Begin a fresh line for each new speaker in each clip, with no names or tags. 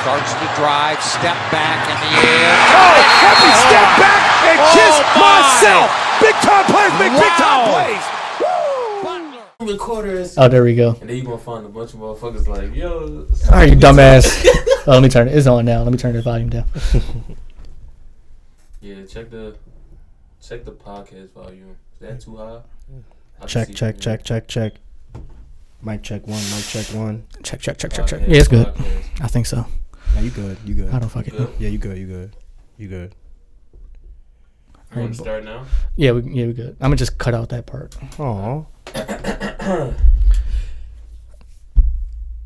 Starts to drive, step back in the air.
Oh, help me step back and
Oh,
kiss
my.
myself. Big time plays make big time
Wow.
plays.
recorders,
Oh, there we go.
and then you gonna find a bunch of motherfuckers like, yo,
All right, you dumbass. oh, let me turn it. It's on now. Let me turn the volume down.
yeah, check the check the podcast volume. Is that too high? I can see
Check, check,
from
check, check, check. Mic check one, mic check one.
Check, check, check,
here.
check, check.
Podcast,
Yeah, it's good.
podcast.
I think so.
Now you good, you good.
I don't fucking know.
uh, Good.
Yeah, you good, you good, you good.
You wanna start now?
Yeah, we, yeah, we good. I'm gonna just cut out that part.
Aw,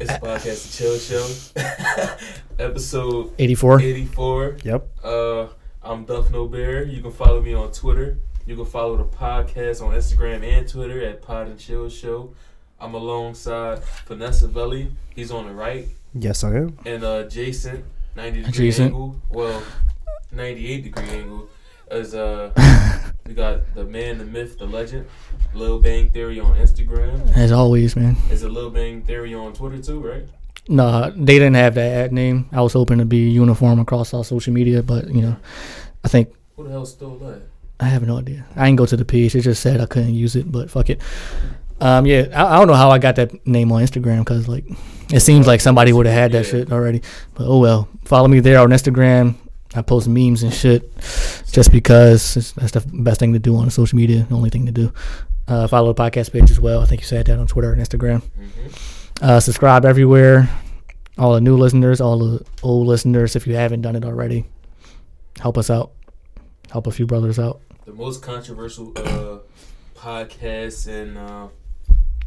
It's a podcast, the chill show, episode
84.
eighty four.
yep.
Uh, I'm Duff No Bear. You can follow me on Twitter. You can follow the podcast on Instagram and Twitter at Pod and Chill Show. I'm alongside Vanessa Velli. He's on the right.
Yes, I am.
and uh, adjacent 90 degree
Adjacent.
angle. Well, 98 degree angle is uh we got the man, the myth, the legend, Lil Bang Theory on Instagram.
As always, man.
Is it Lil Bang Theory on Twitter too, right?
Nah, they didn't have that ad name. I was hoping to be uniform across all social media, but you know, I think
Who the hell stole that?
I have no idea. I didn't go to the page. It just said I couldn't use it, but fuck it. Um, yeah, I, I don't know how I got that name on Instagram because like it seems like somebody would have had that
Yeah.
shit already. But oh well. Follow me there on Instagram. I post memes and shit just because it's, that's the best thing to do on social media. The only thing to do. Uh, follow the podcast page as well. I think you said that on Twitter and Instagram. Uh, subscribe everywhere. All the new listeners, all the old listeners, if you haven't done it already, help us out. Help a few brothers out.
The most controversial uh podcast in uh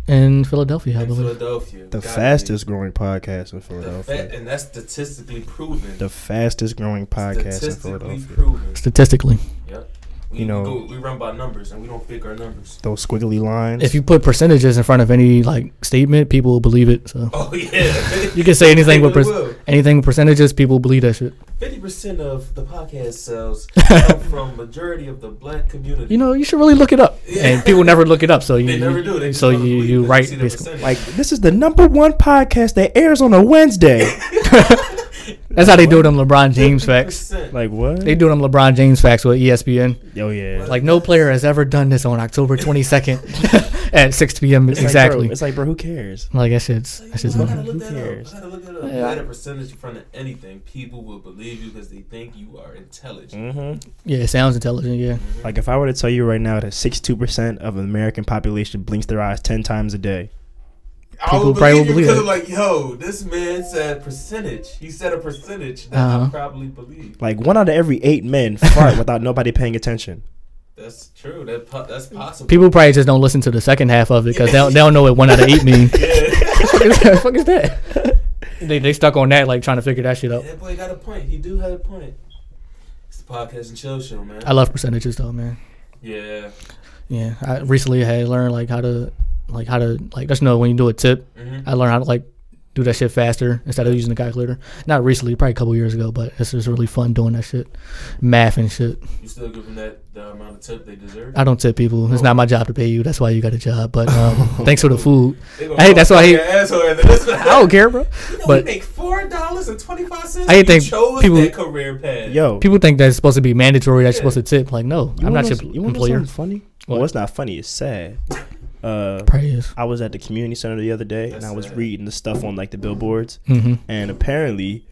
in Philadelphia, I
in
believe.
Philadelphia.
The
Gotta
fastest growing podcast in
be. The
Philadelphia.
fa- and that's statistically proven.
the fastest growing podcast in
statistically
Philadelphia.
proven.
Statistically,
Yep. We,
You know-
we, go, we run by numbers and we don't pick our numbers.
Those squiggly lines.
if you put percentages in front of any like statement, people will believe it. So
Oh yeah.
you can say anything with
They
per-
really will.
anything with percentages, people believe that shit.
Fifty percent of the podcast sales come from majority of the black community.
You know, you should really look it up, and people never look it up. So you,
they never do. They just
so
wanna
you
believe
you
that
write
see the
basically.
percentage.
like, this is the number one podcast that airs on a Wednesday.
That's how they do them LeBron James facts.
50%.
like what?
They do them LeBron James facts with E ESPN.
Oh yeah.
Like no player has ever done this on October 22nd at 6 p.m.
It's like,
exactly.
bro, it's like, bro, who cares?
like that shit's that shit's.
I gotta
nuts.
look
Who
that
cares?
up. I gotta look that up. You
Yeah.
add a percentage in front of anything, people will believe you because they think you are intelligent.
Mm-hmm.
Yeah, it sounds intelligent. Yeah.
Like if I were to tell you right now that 62% of the American population blinks their eyes 10 times a day.
I
People
would
probably
believe you
believe
because
it.
I'm like, yo, this man said percentage. He said a percentage that I
Uh-huh.
probably believe.
Like one out of every eight men fart without nobody paying attention.
That's true. That po- that's possible.
People probably just don't listen to the second half of it because they, don't- they don't know what one out of eight mean. What the fuck is that? They they stuck on that like trying to figure that shit out.
that boy got a point. He do have a point. It's the podcast and chill show, man.
I love percentages though, man.
yeah.
Yeah, I recently had learned like how to like how to like just know when you do a tip.
Mhm.
I learned how to like do that shit faster instead of using the calculator. Not recently, probably a couple years ago, but it's just really fun doing that shit, math and shit.
You still give them that the amount of tip they deserve.
I don't tip people. It's not my job to pay you. That's why you got a job. But um, thanks for the food.
They gonna
I hate
call
that's why I
you
hate.
an asshole after this.
I don't care, bro.
You know,
but-
we make four dollars and twenty five cents.
I
I
hate
think
think
chose
people-
that career path.
Yo,
People think that it's supposed to be mandatory. That you're
Yeah.
supposed to tip. Like, no,
You wanna
I'm not
know
your
some- you wanna know
employer.
something funny?
What?
Well, it's not funny. It's sad. Uh,
Probably is.
I was at the community center the other day, and
That's
I was
sad.
reading the stuff on like the billboards,
Mm-hmm.
and apparently,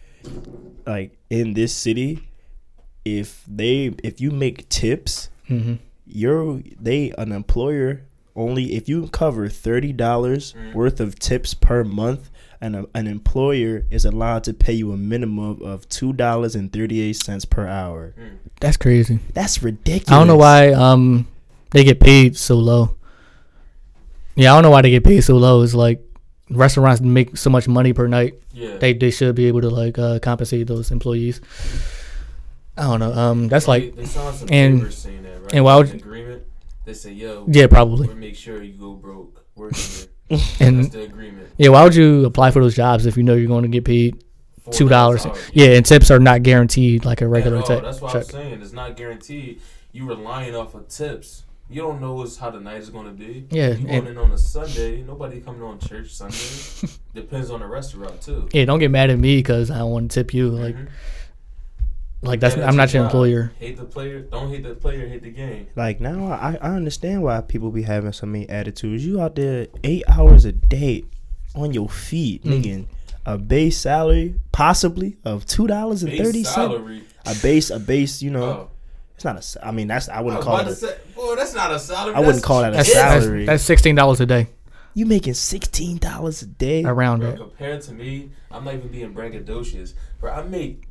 like in this city, if they if you make tips,
Mm-hmm.
you're they an employer only if you cover thirty dollars worth of tips per month. And a, an employer is allowed to pay you a minimum of two dollars and thirty eight cents per hour.
That's crazy.
That's ridiculous.
I don't know why um they get paid so low. Yeah, I don't know why they get paid so low. It's like restaurants make so much money per night.
Yeah.
They they should be able to like uh, compensate those employees. I don't know. Um, that's
They-
like
they signed some
and-
papers saying that, right?
and why would-
An agreement? They say, yo,
yeah, probably.
we make sure you go broke. We're here. That's
And
the agreement.
yeah, why would you apply for those jobs if you know you're going to get paid
Four
two dollars?
hour.
Yeah, and tips are not guaranteed like a regular
At all.
tech
That's what I'm
check.
saying. It's not guaranteed. You relying off of tips. You don't know what's how the night is going to be.
Yeah,
You
and-
going in on a Sunday. Nobody coming on church Sunday. Depends on the restaurant too.
Yeah, don't get mad at me because I don't want to tip you. Like,
Mhm.
like that's
Mm-hmm. Yeah,
I'm not your
job.
employer.
Hate the player. Don't hate the player. Hate the game.
Like now, I, I understand why people be having so many attitudes. You out there eight hours a day on your feet,
Mm.
nigga. A base salary possibly of two dollars and
Base
thirty cents.
salary.
A base, a base. You know,
Oh,
it's not a. s- I mean, that's I
I
wouldn't
was
call
about
it.
to
a-
say, boy, that's not a salary.
I wouldn't
That's-
call that a
That's,
salary.
that's that's sixteen dollars a day
You making sixteen dollars a day?
around
Bro,
it.
compared to me, I'm not even being braggadocious. Bro, I make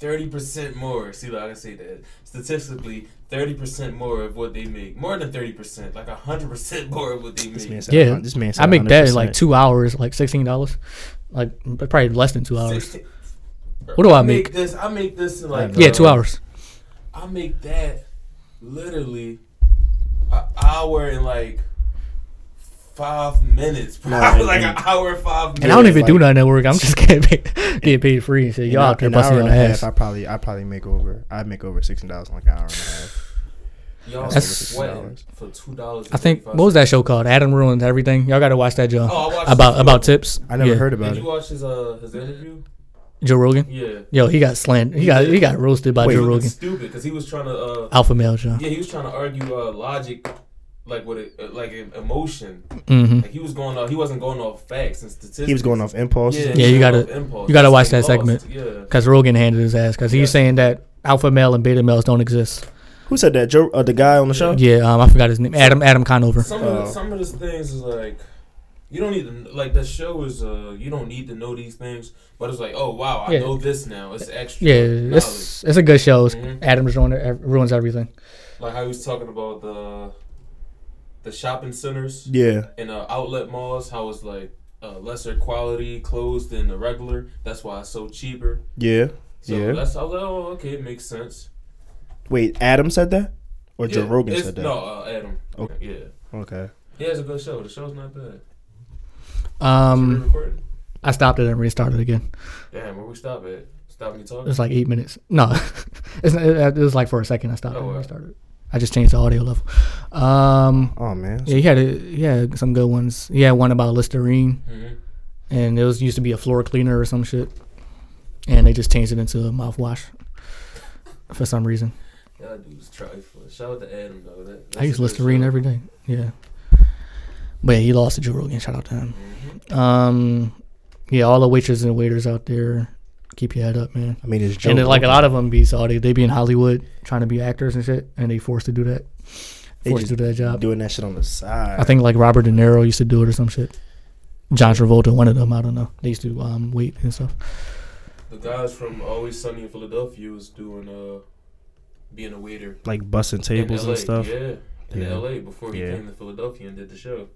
thirty percent more. See, like I say that statistically, thirty percent more of what they make. More than thirty percent, like hundred percent more of what they
This
make.
man said,
Yeah,
this man said
I make that in
100%.
like two hours, like sixteen dollars, like probably less than two hours.
Sixty- Bro,
What do I make?
This I make this in like
Yeah,
Yeah,
uh,
two hours.
I make that literally an hour and like five minutes, bro.
No, and-
like an
and-
hour and five minutes.
And I don't even
like-
do nothing at work. I'm just getting paid, getting paid free. and shit.
An
y'all
hour-
out there
an
busting
hour
your
and a half,
ass.
I probably I probably make over. I make over sixteen dollars in like an hour and a half.
Y'all
That's-
sweating for two dollars.
I think what was that show called? Adam ruins everything. Y'all got to watch that, Joe.
Oh, I watched
about
it.
about tips.
I never
Yeah.
heard
Did
about
you
it.
watch his uh his interview?
Joe Rogan.
Yeah.
Yo, he got slandered. He got he got roasted by
Wait.
Joe
He was
Rogan.
stupid because he was trying to uh
Alpha male, Joe.
yeah he was trying to argue uh logic like with it, uh, like em- emotion
hmm
like he was going off he wasn't going off facts and statistics
He was going off impulse.
yeah,
Yeah,
he
you
was
gotta-
going off impulse.
you gotta
That's
watch
how he
that
lost.
segment.
yeah
Because Rogan handed his ass. Because he's
Yeah.
saying that alpha male and beta males don't exist.
Who said that? Joe, uh, the guy on the show.
Yeah, um, I forgot his name. Adam Adam Conover.
Some of
Oh.
the, some of these things is like you don't need to like the show is uh you don't need to know these things, but it's like oh wow I
Yeah.
know this now it's extra
Yeah,
knowledge.
it's it's a good show. It's-
Mhm.
Adam's ruined ev- ruins everything.
like how he was talking about the the shopping centers
Yeah.
and uh, outlet malls how it's like uh, lesser quality clothes than the regular that's why it's so cheaper.
Yeah.
So
Yeah.
that's I was like oh okay it makes sense.
Wait, Adam said that, or Joe
Yeah,
Rogan
it's-
said that? Oh.
No, uh, Adam.
Okay.
Yeah.
Okay.
Yeah, it's a good show. The show's not bad. Should we
Um,
record it?
I stopped it and restarted again.
Damn, where we stop at? Stop me talking.
It was like eight minutes. No, it's not, it, it was like for a second. I stopped
Oh,
it and
wow.
restarted. I just changed the audio level. Um,
Oh man.
yeah, he had a, he had some good ones. He had one about Listerine,
Mhm.
and it was used to be a floor cleaner or some shit, and they just changed it into a mouthwash for some reason.
Y'all dudes trifling. Shout out to Adam though. That,
I use Listerine every day. Yeah. But yeah, he lost to Joe Rogan. Shout out to him.
Mm-hmm.
Um, yeah, all the waitresses and waiters out there, keep your head up, man.
I mean, it's Joe.
and then, like a
Rogan.
lot of them be Saudi. They be in Hollywood trying to be actors and shit, and they forced to do that.
They
Forced to
just
do that job.
doing that shit on the side.
I think like Robert De Niro used to do it or some shit. John Travolta, one of them, I don't know. They used to um, wait and stuff.
The guys from Always Sunny in Philadelphia was doing uh being a waiter
like busting tables
in LA.
and stuff.
Yeah, in
Yeah.
LA before he
Yeah.
came to Philadelphia and did the show.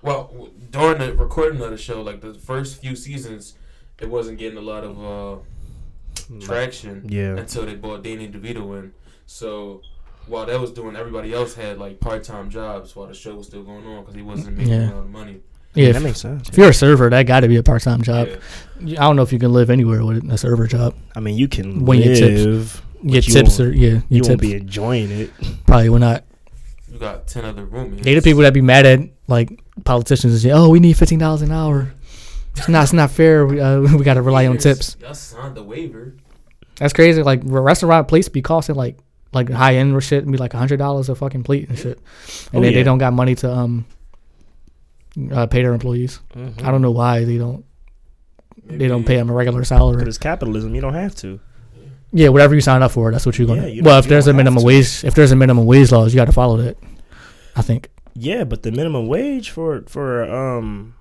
Well, w- during the recording of the show, like the first few seasons, it wasn't getting a lot of uh, traction
Yeah.
until they brought Danny DeVito in. So while that was doing, everybody else had like part time jobs while the show was still going on because he wasn't making
Yeah.
a lot of money.
Yeah,
that
if,
makes sense.
if you're a server, that got to be a part time job.
Yeah.
I don't know if you can live anywhere with a server job.
I mean, you can
When you
live.
tips. Your
you
tips
won't-
are, yeah,
You
your
won't
tips
be enjoying it.
probably will not.
You got ten other roommates.
They the people that be mad at like politicians and say, "Oh, we need fifteen dollars an hour." It's not, it's not fair. We, uh, we got to rely on tips.
Y'all signed the waiver.
That's crazy. Like r- restaurant plates be costing like like high end shit and be like hundred dollars a fucking plate and shit,
Oh,
and then
yeah.
they don't got money to um uh, pay their employees.
Mm-hmm.
I don't know why they don't they don't pay them a regular salary.
Because capitalism, you don't have to.
Yeah, whatever you sign up for, that's what you're gonna.
Yeah, you
well,
don't-
if
you
there's a
don't have
minimum
to.
wage, if there's a minimum wage laws, you got to follow that. I think.
Yeah, but the minimum wage for for um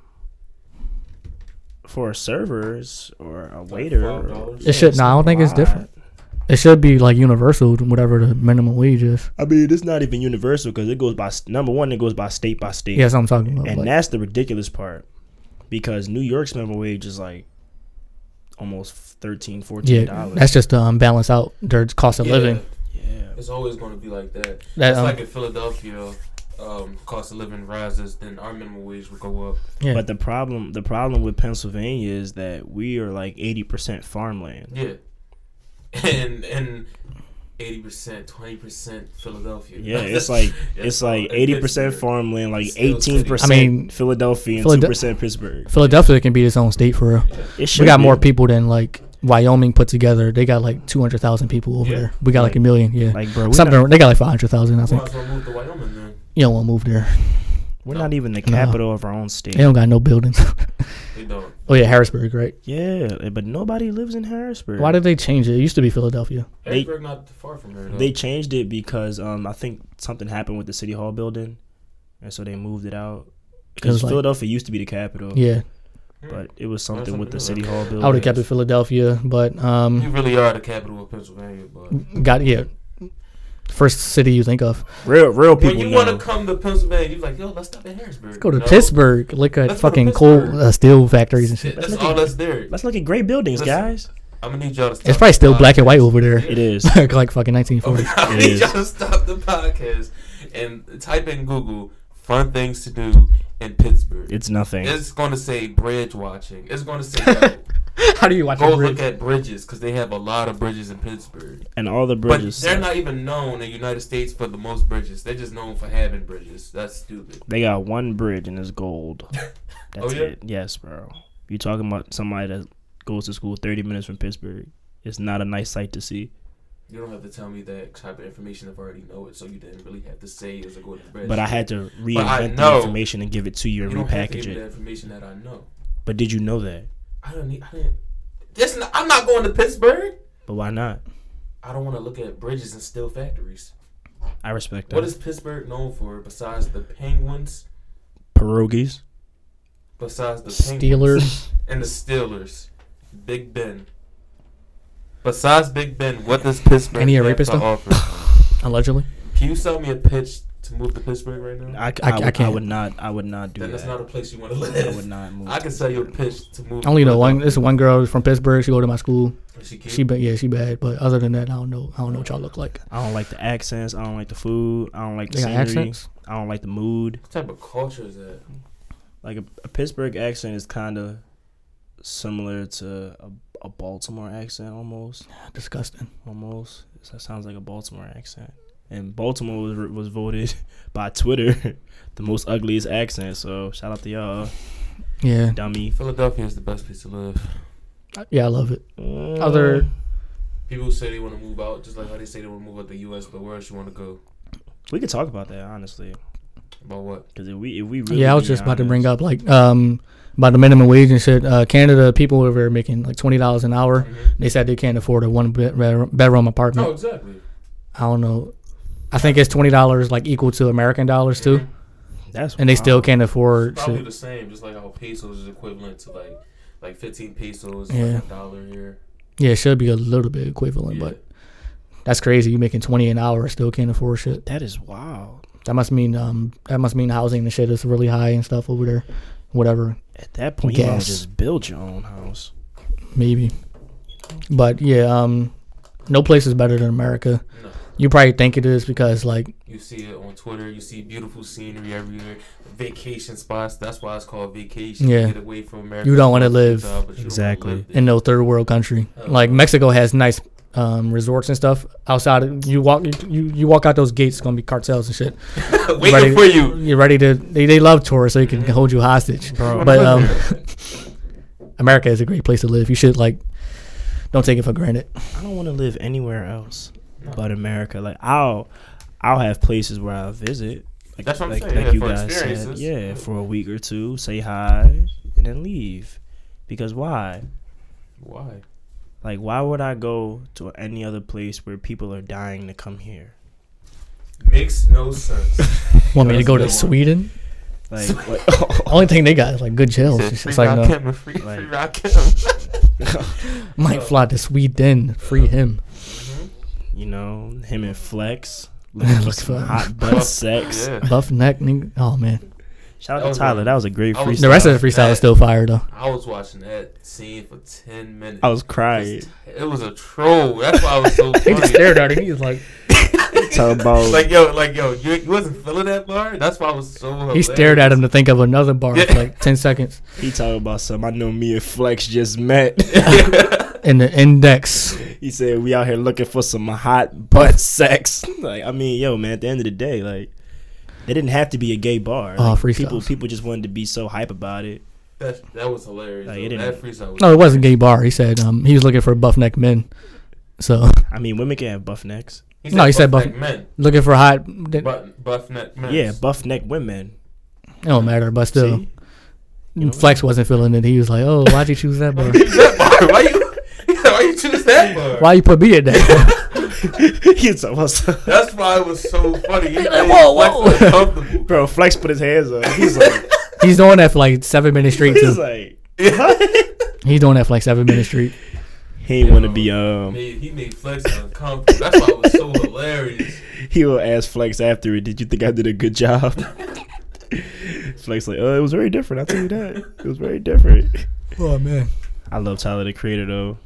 for servers or a waiter,
$5.
It should- no, I don't think it's different. It should be like universal, whatever the minimum wage is.
I mean, it's not even universal because it goes by s- number one. It goes by state by state.
Yeah, that's what I'm talking about.
and
like-
that's the ridiculous part because New York's minimum wage is like almost 13 14
Yeah,
dollars.
that's just to um, balance out their cost of living.
yeah.
It's always going to be like that.
That,
it's
um,
like in Philadelphia, um, cost of living rises, then our minimum wage would go up.
Yeah,
But the problem the problem with Pennsylvania is that we are like 80% farmland.
Yeah, and and eighty percent, twenty percent Philadelphia.
Yeah, it's like
Yeah,
it's like
and
eighty percent
Pittsburgh.
farmland, like
Still
eighteen
city.
percent
I mean,
Philadelphia and two
Philade-
percent Pittsburgh.
Philadelphia can be its own state for real.
It should
We got
be.
more people than like Wyoming put together. They got like two hundred thousand people over
Yeah.
there. We got like, a
Like-
million. Yeah,
Like bro, we're
something.
not,
they got like five hundred thousand. I
Might
think
as well move to Wyoming then.
you don't want to move there.
we're not even the capital of our own state.
They don't got no buildings.
They don't.
oh yeah, Harrisburg, right?
Yeah, but nobody lives in Harrisburg.
Why did they change it? It used to be Philadelphia.
They-
Harrisburg not far from here. Though.
They changed it because um, I think something happened with the city hall building, and so they moved it out. Because
like-
Philadelphia used to be the capital,
Yeah,
but it was something
something
with the
to
city
do.
hall building.
I would have kept it Philadelphia, but
you
um,
really are the capital of Pennsylvania, but
got yeah. First city you think of?
Real, real
when
people
you want
know.
to come to Pennsylvania, you're like, yo, let's stop at Harrisburg.
Go to
No.
Pittsburgh. Look
Let's go
at
to
fucking coal
Pittsburgh.
uh, steel factories and shit.
That's all that's there.
Let's look at great buildings,
Listen.
guys.
I'm gonna need y'all to. Stop
It's probably
the
still black and white
podcast.
over there.
It is.
like fucking nineteen forty.
I
It
need
is.
y'all to stop the podcast and type in Google fun things to do in Pittsburgh. It's,
It's nothing.
going to say bridge watching. It's going to say uh,
How do you watch
go
a
look
bridge?
at bridges because they have a lot of bridges in Pittsburgh.
and all the
But
bridges.
they're
suck.
not even known in the United States for the most bridges. They're just known for having bridges. That's stupid.
They got one bridge and it's gold. That's
Oh, yeah?
it. Yes, bro. You talking about somebody that goes to school 30 minutes from Pittsburgh? It's not a nice sight to see.
You don't have to tell me that type of information. I've already know it, so you didn't really have to say it was a go to the bridge.
But I had to
I
reinvent the
know.
information and give it to you
you
and
don't have to
repackage
give me the
it.
information that I know.
But did you know that?
I don't need. I didn't. This. Not, I'm not going to Pittsburgh.
But why not?
I don't want to look at bridges and steel factories.
I respect that.
What is Pittsburgh known for besides the Penguins?
pierogies?
Besides the Penguins
Steelers.
and the Steelers, Big Ben. Besides Big Ben, what does Pittsburgh
Any
have
rapist
to
though?
offer?
Allegedly,
Can you sell me a pitch to move to Pittsburgh right now?
I, c-
I-
I
I
would, I
can't.
would not. I would not do
then that's
that.
not a place you want to
I would
live.
not move.
I can
to
sell you a
Pittsburgh.
pitch to move.
I only
to
know one. There's
Philadelphia.
one girl from Pittsburgh. She go to my school.
She cute?
She, but yeah, she bad. But other than that, I don't know. I don't know what y'all look like.
I don't like the accents. I don't like the food. I don't like the
They got
scenery.
accents.
I don't like the mood.
What type of culture is that?
like a, a Pittsburgh accent is kind of similar to a, a Baltimore accent almost.
Disgusting.
Almost that sounds like a Baltimore accent. And Baltimore was was voted by Twitter the most ugliest accent. So shout out to y'all,
Yeah,
dummy.
Philadelphia is the best place to live.
yeah, I love it. Other-
People say they want to move out, just like how they say they want to move out the U.S. But where else you want to go?
we could talk about that honestly,
About what?
because if we if we really
yeah, I
Uh,
was
be
just about to
honest-
bring up like um about the minimum wage and shit. Uh, Canada people over there making like twenty dollars an hour. They said they can't afford a one bed- bedroom bedroom apartment.
No, Oh, exactly.
I don't know. I think it's twenty dollars like equal to American dollars too,
that's
and they still
wild.
can't afford
Probably
shit.
the same, just like how pesos is equivalent to like like 15 pesos,
Yeah.
like a dollar here.
Yeah, it should be a little bit equivalent,
Yeah.
but that's crazy. You making twenty an hour, still can't afford shit.
That is wild.
That must mean um that must mean housing and shit is really high and stuff over there. Whatever,
At that point, you might
Gas.
just build your own house.
maybe. But yeah, um no place is better than America.
No.
You probably think it is because like
You see it on Twitter. You see beautiful scenery everywhere, vacation spots. That's why it's called vacation.
Yeah.
Get away from America.
You don't wanna live.
But you don't wanna
Exactly.
live there.
in no third world country. Like Mexico has nice um resorts and stuff outside of, you walk you you walk out those gates it's gonna be cartels and shit.
Waiting
ready-
for you.
You're ready to they, they love tourists so they can hold you hostage. But um America is a great place to live. You should like don't take it for granted.
I don't want to live anywhere else but America. Like I'll I'll have places where I visit. Like,
That's what I'm
like,
saying,
Like
yeah,
you
for
guys said,
experiences.
yeah, for a week or two, say hi, and then leave. Because why?
Why?
Like why would I go to any other place where people are dying to come here?
Makes no sense.
Want me to
That's
go
a
to
good one.
Sweden?
Like what?
Only thing they got is like good chills. It's just like no.
free,
Like- free
Might fly to Sweden, free him.
you know him and Flex. Looking for
Looks
some
fun.
hot butt sex.
Yeah.
Buff neck, nigga. Oh man,
Shout
That
out
was
to Tyler.
good.
That was a great
I was-
freestyle.
the rest of the freestyle
That-
is still fire though.
I was watching that scene for ten minutes.
I was crying.
It was a troll. That's why I was so
Oh. He just
funny.
stared at him. He was like,
Talking about
like yo, like yo, you, you wasn't feeling that bar. That's why I was so.
he
hilarious.
stared at him to think of another bar for like ten seconds.
he talking about some. I know me and Flex just met.
And the index,
he said we out here looking for some hot butt sex. Like I mean, yo, man, at the end of the day, like it didn't have to be a gay bar.
Oh,
Like,
freestyles.
people people just wanted to be so hype about it.
That, that was hilarious.
Like,
though.
it didn't-
that freestyle was
No, it wasn't gay bar. He said um, he was looking for buff neck men. So
I mean, women can have buff necks.
No, he said
buff
buff-
neck men.
looking for hot, it
But buff neck men.
Yeah, buff neck women.
don't matter. But still,
See? You know what?
Flex wasn't feeling it. He was like, "Oh, why'd you choose that bar?
that bar. Why you? He said, Why you choose that bar?
Why you put me in that?"
He's almost,
That's why it was so funny. He made
whoa,
Flex
whoa.
uncomfortable.
bro, Flex put his hands up. He's like,
He's doing that for like seven minutes straight.
he's
Too.
like,
He's doing that for like seven minutes straight.
he ain't want to be um.
Made- he made Flex uncomfortable. That's why it was so hilarious.
He will ask Flex after it. Did you think I did a good job? Flex like, oh, it was very different. I'll tell you that. It was very different.
Oh man,
I love Tyler the Creator though.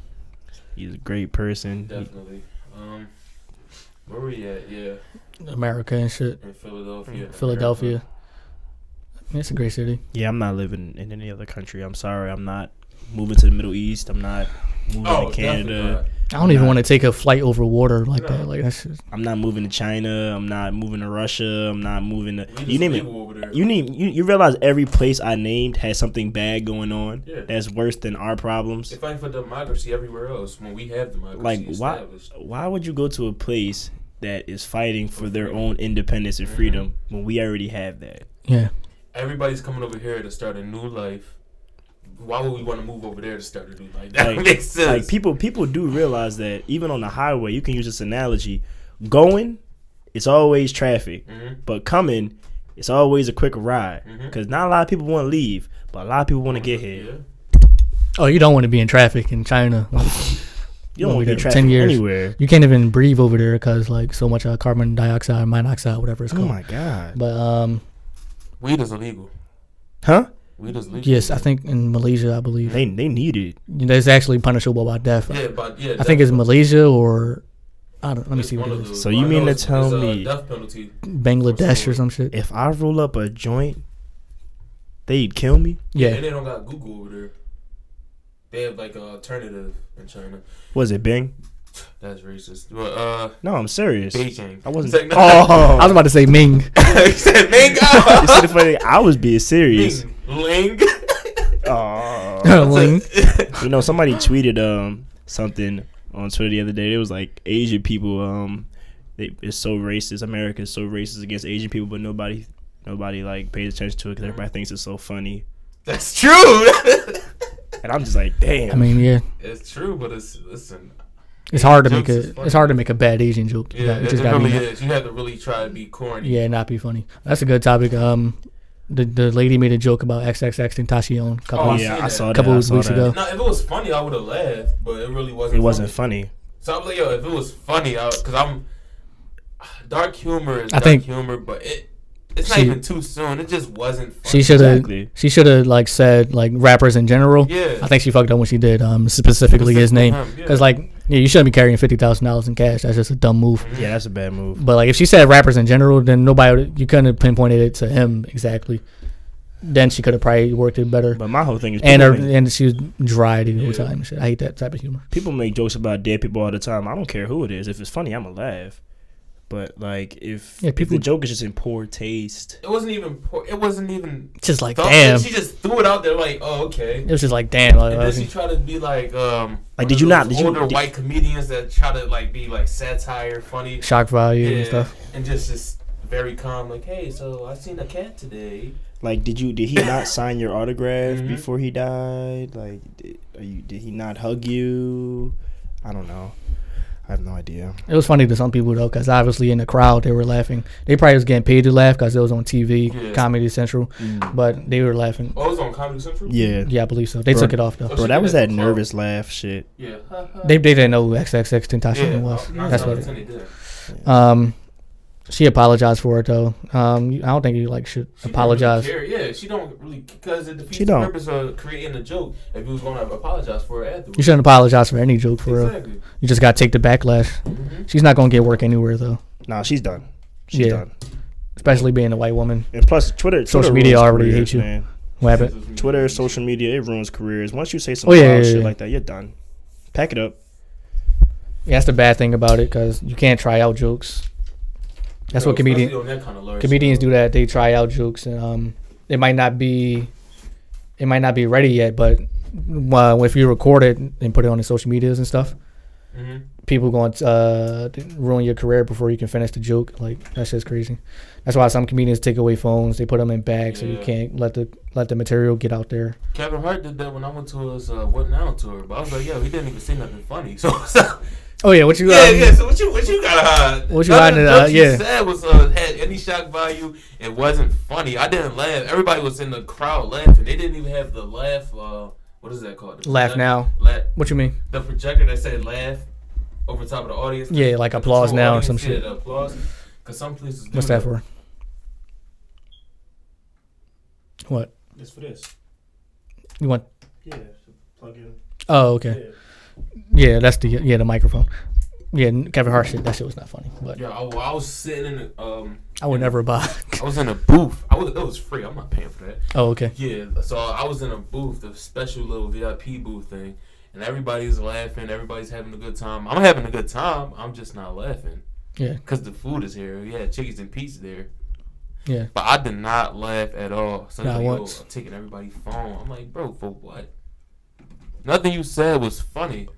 He's a great person. He-
Definitely. Um, where we at? Yeah,
America and shit.
in Philadelphia.
Philadelphia. I mean, it's a great city.
Yeah, I'm not living in any other country. I'm sorry. I'm not moving to the Middle East. I'm not moving
Oh,
to
definitely
Canada.
not.
I don't even
Nah.
want to take a flight over water like
No.
that. Like that's just,
I'm not moving to China. I'm not moving to Russia. I'm not moving to
We just
you name it.
legal Over there.
You need you, you realize every place I named has something bad going on
Yeah.
that's worse than our problems.
They fighting for democracy everywhere else when we have democracy
Like why
established.
why would you go to a place that is fighting for their own independence and freedom
Mm-hmm.
when we already have that?
yeah.
Everybody's coming over here to start a new life. Why would we want to move over there to start a new life? That
like,
makes sense.
like people people do realize that even on the highway you can use this analogy going it's always traffic
Mhm.
but coming it's always a quick ride
Mhm.
because not a lot of people want to leave but a lot of people want to get here
Yeah.
Oh, you don't want to be in traffic in China.
you don't
Well, we
want to
got
get traffic
10 years.
anywhere
you can't even breathe over there because like so much uh, carbon dioxide, monoxide, whatever it's
oh
called.
my god
but um,
Weed is illegal.
huh
Weed is legal.
yes, I think in Malaysia, I believe
they they need it
that's actually punishable by death.
Yeah, but yeah.
I think it's
definitely.
Malaysia or I don't. Let me
It's
see what
one
it
of
is.
those.
So you
I
mean to
know it's-
tell
it's a
me-
death penalty?
Bangladesh or some shit.
if i roll up a joint they'd kill me
And
Yeah,
they don't got Google over there. They have like an alternative in China.
was it bing
That's racist. But uh,
no i'm serious
Beijing.
i wasn't
It's like-
I was
oh
about to say Ming.
he said
You
Mingo.
see the funny thing? i was being serious
Ling. Ling.
oh
Ling.
You know, somebody tweeted um something on Twitter the other day. It was like Asian people um they, it's so racist. America is so racist against Asian people, but nobody nobody like pays attention to it because everybody thinks it's so funny.
That's true.
And I'm just like, damn.
I mean, yeah,
it's true, but it's listen.
it's hard to
Jokes
make a
is funny.
it's hard to make a bad Asian joke. You
Yeah,
got-
it,
just
it
gotta be
really
not-
is. You have to really try to be corny.
yeah, not be funny. That's a good topic. Um, the the lady made a joke about XXX Tentacion.
Oh,
Couple,
I
weeks-
see
yeah, I
that.
saw that.
couple
I
weeks
saw that.
ago.
Now, if it was funny, I would have laughed, but it really wasn't.
It wasn't
funny.
funny.
So I was like, yo, if it was funny, because I'm dark humor is
I
dark
think-
humor, but it it's not
She-
even too soon. It just wasn't. Funny.
She should have.
Exactly.
She should have like said like rappers in general.
Yeah.
I think she fucked up when she did um specifically his name
Specifically him, yeah.
because like yeah, you shouldn't be carrying fifty thousand dollars in cash. That's just a dumb move.
Yeah, that's a bad move.
But like if she said rappers in general, then nobody would, you couldn't have pinpointed it to him exactly. Then she could have probably worked it better.
But my whole thing is people,
and her,
make,
and she was dry the whole
Yeah.
time. and Shit. I hate that type of humor.
people make jokes about dead people all the time. I don't care who it is. If it's funny, I'ma laugh. But like if,
Yeah,
if
people-
the joke is just in poor taste.
It wasn't even. Poor, it wasn't even.
It's just like
thought-
damn.
She just threw it out there like, oh okay.
It was just like damn. Like,
And
I
then
was-
she tried to be like, um,
Like,
one
did
of
you
those
not- did you-
older
did-
white comedians that try to like be like satire, funny,
shock value and stuff.
and just just very calm, like, hey, so I seen a cat today.
Like, did you did he not sign your autograph
Mm-hmm.
Mhm.
before he died? Like, did, are you did he not hug you? I don't know. I have no idea.
It was funny to some people though, because obviously in the crowd they were laughing. They probably was getting paid to laugh because it was on TV,
Yeah. Mm.
Comedy Central, but they were laughing.
Oh, it was on Comedy Central.
Yeah,
Yeah, I believe so. They
Bro.
took it off though.
bro, that was that nervous laugh shit.
Yeah.
They, they didn't know who XXX
yeah. Oh,
Tentacion was.
I- I
That's
was
what. It,
gonna do.
um, she apologized for it though. Um, you- I don't think you like should
She don't really
apologize.
care. yeah, she don't really because it defeats
She
the
don't.
purpose of creating a joke. If you was gonna apologize for it afterwards,
You shouldn't apologize for any joke for real.
exactly.
You just gotta take the backlash.
Mhm.
She's not gonna get work anywhere though,
Nah, she's done. She's
Yeah.
done.
especially being a white woman.
And plus, Twitter, Twitter
Social media
ruins
already
careers,
hate you.
Man.
What happened?
Twitter, social media, it ruins careers. Once you say some
Oh, yeah,
wild
yeah,
shit
yeah.
like that, you're done. Pack it up.
Yeah, that's the bad thing about it because you can't try out jokes. That's
Bro,
what comedian,
especially on that kind of large
comedians do.
scale.
That they try out jokes, and um, it might not be, it might not be ready yet. But uh, if you record it and put it on the social medias and stuff,
Mhm.
people going to uh, ruin your career before you can finish the joke. Like that's just crazy. That's why some comedians take away phones. They put them in bags so you
Yeah.
can't let the let the material get out there.
Kevin Hart did that when I went to his uh, What Now tour, but I was like, yo, he didn't even say nothing funny. So, so
Oh yeah, what you?
yeah,
um,
yeah. So what you what you gotta hide?
What you
None
hiding
of
it,
the
uh,
jokes you
yeah.
said was uh, had any shock value. It wasn't funny. I didn't laugh. Everybody was in the crowd laughing. They didn't even have the laugh. Uh, what is that called? The
Laugh
project-
now.
La-
What you mean?
the projector that said laugh over top of the audience.
Yeah, like
The
applause
control
now or
audience,
some
yeah,
shit.
the applause. Cause some places. do
What's that for? What
It's for this.
you want?
Yeah. Plug in.
Oh okay. Yeah. that's the yeah the microphone. Yeah, Kevin Hart shit. That shit was not funny, but
Yeah, I, I was sitting in the um.
I would never buy.
I was in a booth. I was. It was free. I'm not paying for that.
oh okay.
Yeah, so I was in a booth, the special little VIP booth thing, and everybody's laughing, everybody's having a good time. I'm having a good time, I'm just not laughing.
Yeah.
Because the food is here. We had chickens and peas there.
Yeah.
But I did not laugh at all. So
Not
like, yo,
once.
I'm taking everybody's phone. I'm like, bro, for what? Nothing you said was funny.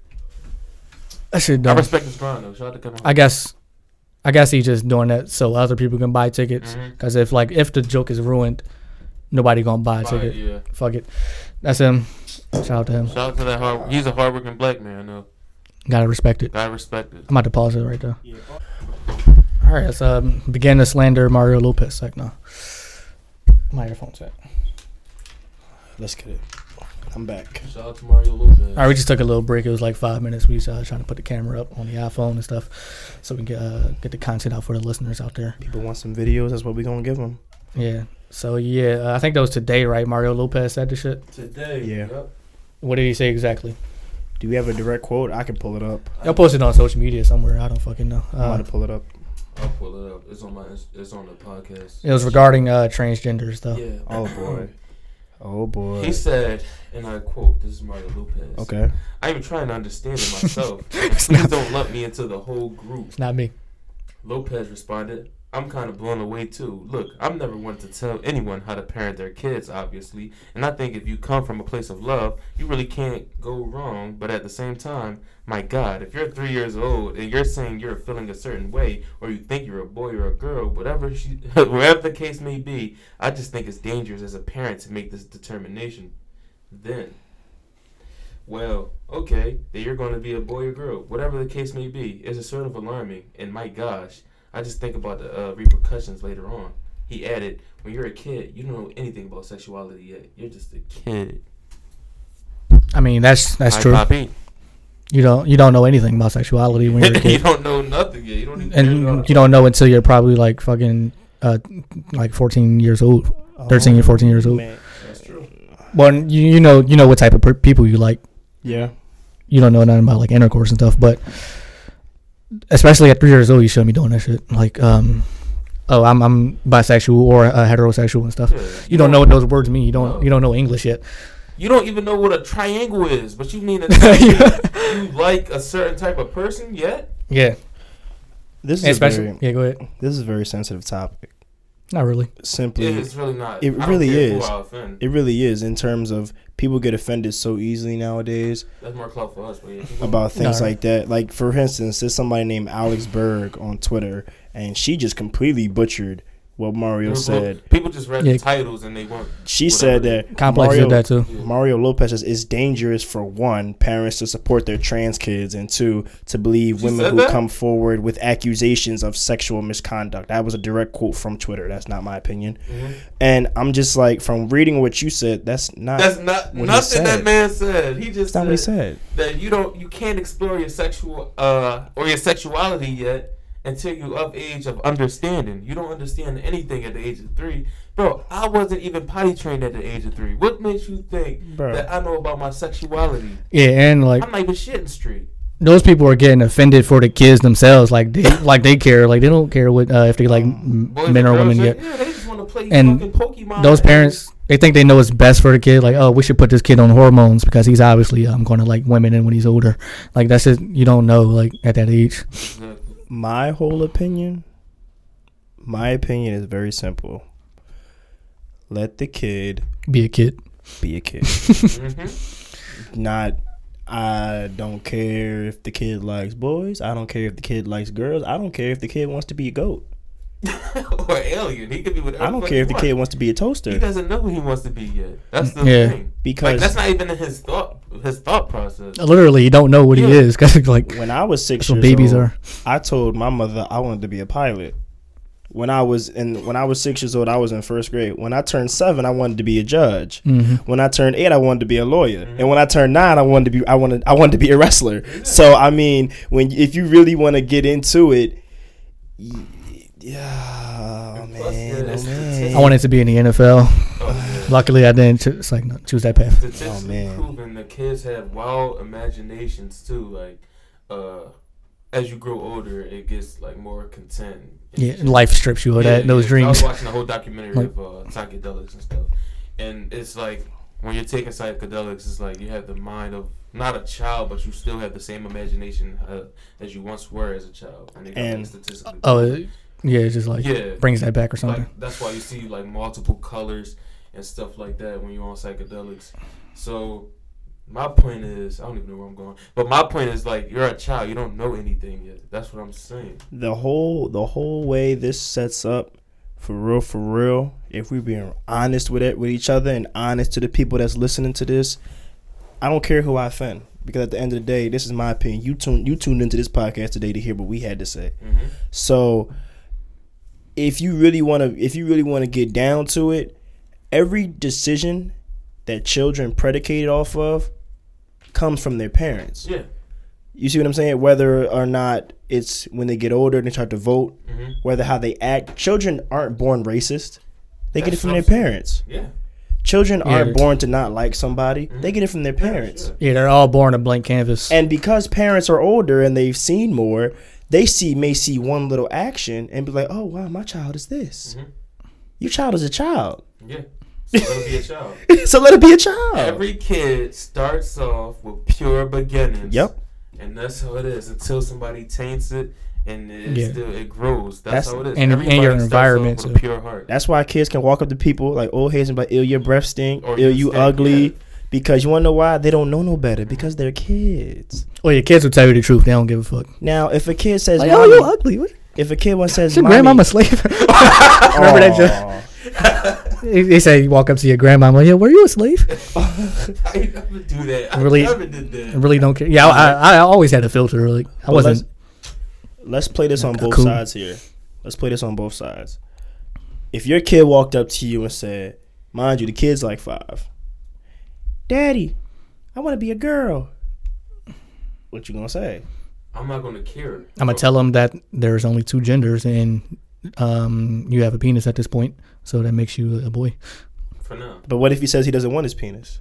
That shit
I
dumb.
respect his grind, though. Shout out to Kevin
I guess, I guess he's just doing that so other people can buy tickets.
Mhm.
Cause if like if the joke is ruined, nobody gonna buy a
Hart.
ticket.
Yeah.
Fuck it, that's him. Shout out to him.
Shout out to that hard. He's a hardworking black man, though.
Gotta respect it.
Gotta respect it.
I'm about to pause it right there. All right, let's um, begin to slander Mario Lopez. Like no, my earphones out.
Let's get it. I'm back.
Shout out to Mario Lopez.
All right, we just took a little break. It was like five minutes. We was uh, trying to put the camera up on the iPhone and stuff, so we can get, uh, get the content out for the listeners out there.
People want some videos. That's what we're gonna give them.
Yeah. So yeah, uh, I think that was today, right? Mario Lopez said the shit.
Today.
Yeah.
Yep.
What did he say exactly?
Do we have a direct quote? I can pull it up.
Y'all posted on social media somewhere. I don't fucking know.
I'm
Uh,
about to pull it up.
I'll pull it up. It's on my. It's, it's on the podcast.
it was regarding uh, transgenders, though.
Yeah.
Oh boy. Oh boy.
He said, and I quote, "This is Mario Lopez."
okay.
I even trying to understand it myself. Please don't lump me into the whole group.
It's not me.
Lopez responded, "I'm kind of blown away too. Look, I'm never one to tell anyone how to parent their kids, obviously, and I think if you come from a place of love, you really can't go wrong. But at the same time, my God, if you're three years old and you're saying you're feeling a certain way, or you think you're a boy or a girl, whatever she, wherever the case may be, I just think it's dangerous as a parent to make this determination. Then." Well, okay, that you're going to be a boy or girl, whatever the case may be, is a sort of alarming. And my gosh, I just think about the uh, repercussions later on. He added, "When you're a kid, you don't know anything about sexuality yet. You're just a kid."
I mean, that's that's
Hi,
true.
Poppy.
You don't you don't know anything about sexuality when you're a
you
kid,
don't know nothing yet. You don't even.
and you don't know until you're probably like fucking uh, like 14 years old,
Oh,
13 or 14 years old.
Man.
That's true.
Well, you, you know you know what type of per- people you like.
Yeah.
You don't know nothing about like intercourse and stuff, but especially at three years old, you showed me doing that shit. Like, um, oh, I'm I'm bisexual or uh, heterosexual and stuff.
Yeah,
You don't know what those words mean. You don't
No.
you don't know English yet.
You don't even know what a triangle is, but you mean
Yeah.
that you like a certain type of person yet?
Yeah,
This is a
especially
very,
yeah. Go ahead.
this is a very sensitive topic.
Not really.
Simply,
It's really not.
It
I don't
really
care who
is.
I offend.
it really is in terms of people get offended so easily nowadays
That's more clout for us, but yeah.
about things
No.
like that. Like for instance, there's somebody named Alex Berg on Twitter, and she just completely butchered what Mario said.
People just read
Yeah.
the titles and they weren't.
She
whatever
said
they-
that
Complex
Mario,
did that too.
Mario Lopez says it's dangerous for one parents to support their trans kids and two to believe
She
women
said
who
that?
come forward with accusations of sexual misconduct. That was a direct quote from Twitter. That's not my opinion.
Mm-hmm.
And I'm just like from reading what you said, that's not
That's not
What he
nothing that
said.
man said. He
that's
just
not
said,
what he said.
that you don't you can't explore your sexual uh or your sexuality yet until you of age of understanding. You don't understand anything at the age of three. Bro, I wasn't even potty trained at the age of three. What makes you think
Bro.
that I know about my sexuality?
Yeah, and like
I'm not even shitting straight.
those people are getting offended for the kids themselves. Like they like they care. Like they don't care what uh, if they like m
Boys
men
and
or
girls,
women
yeah,
yet.
Yeah, they just want to play
And
fucking Pokemon.
Those parents, they think they know what's best for the kid. Like, oh, we should put this kid on hormones because he's obviously um, going to like women, and when he's older, like that's just you don't know like at that age.
my whole opinion my opinion is very simple let the kid
Be a kid.
be a kid not i don't care if the kid likes boys i don't care if the kid likes girls i don't care if the kid wants to be a goat
Mm-hmm. or alien. He could be whatever.
i don't
fuck
care if
he
the kid
wants.
wants to be a
He
toaster
doesn't know who he wants to be yet. That's the
Yeah.
thing.
Because-
like, that's not even in his thought his thought process.
Literally, you don't know what he
Yeah.
is because like
when i was six
That's what
years
babies
old
are.
i told my mother i wanted to be a pilot when i was in when i was six years old i was in first grade when i turned seven i wanted to be a judge When I turned eight, I wanted to be a lawyer, and when I turned nine, I wanted to be I wanted I wanted to be a wrestler. So I mean, when if you really want to get into it, y- yeah, oh,
Plus, yeah,
man,
that's
oh, man.
statistics.
I wanted to be in the NFL.
Oh, yeah.
Luckily, I didn't. Cho- it's like no, choose that path.
Oh,
Statistically
man.
proven, the kids have wild imaginations too. Like, uh, as you grow older, it gets like more content. and
Yeah,
shit.
life strips you of that those
yeah. I was
dreams.
watching a whole documentary
Like-
of uh, psychedelics and stuff, and it's like when you're taking psychedelics, it's like you have the mind of not a child, but you still have the same imagination uh, as you once were as a child. And, they got, like,
And-
statistically
Oh,
proven.
it- yeah, it just like
Yeah.
brings that back or something.
Like, that's why you see like multiple colors and stuff like that when you're on psychedelics. So my point is, I don't even know where I'm going, but my point is like you're a child, you don't know anything yet. That's what I'm saying.
the whole the whole way this sets up for real for real if we're being honest with it with each other and honest to the people that's listening to this i don't care who i offend because at the end of the day this is my opinion you tuned you tuned into this podcast today to hear what we had to say
Mhm.
so if you really want to if you really want to get down to it every decision that children predicated off of comes from their parents
Yeah.
you see what I'm saying? Whether or not it's when they get older and they start to vote,
Mhm.
whether how they act. Children aren't born racist. They get it
That's
from their
something.
parents.
Yeah.
Children
Yeah,
aren't
they-
born to not like somebody. They get it from their parents.
Mm-hmm. sure.
Yeah, they're all born a blank canvas.
And because parents are older and they've seen more, they see may see one little action and be like, "Oh wow, my child is this.
Mhm.
Your child is a child.
Yeah. So it'll be a child.
so let it be a child."
Oh.
Every kid starts off with pure beginnings.
Yep.
And that's how it is until somebody taints it and it
Yeah.
still it grows. That's,
That's-
how it is.
and- and
Everybody
your
starts off
environment,
with a
too.
pure heart.
That's why kids can walk up to people like "Oh, old heads and be like, "Ill, your breath stink.
Or
Ill,
you
you
stink,
ugly."
yeah.
Because you want to know why they don't know no better because they're kids.
well, your kids will tell you the truth. They don't give a fuck.
Now, if a kid says,
Like, oh,
"Mommy,"
you ugly. What?
if a kid once says,
Is your grandmama a slave? Remember that joke?
joke?
They they say you walk up to your grandmama, like, yeah, were you a slave?
I never do that. I
Really-
never did that.
I really don't care. Yeah, I, I, I always had a filter. Like I wasn't.
Let's play this on
Uh,
both
cool.
sides here. Let's play this on both sides. If your kid walked up to you and said, "Mind you, the kid's like five, Daddy, I want to be a girl." What you gonna say?
I'm not gonna care.
I'm gonna tell them that there's only two genders and um, you have a penis at this point, so that makes you a boy.
for now.
But what if he says he doesn't want his penis?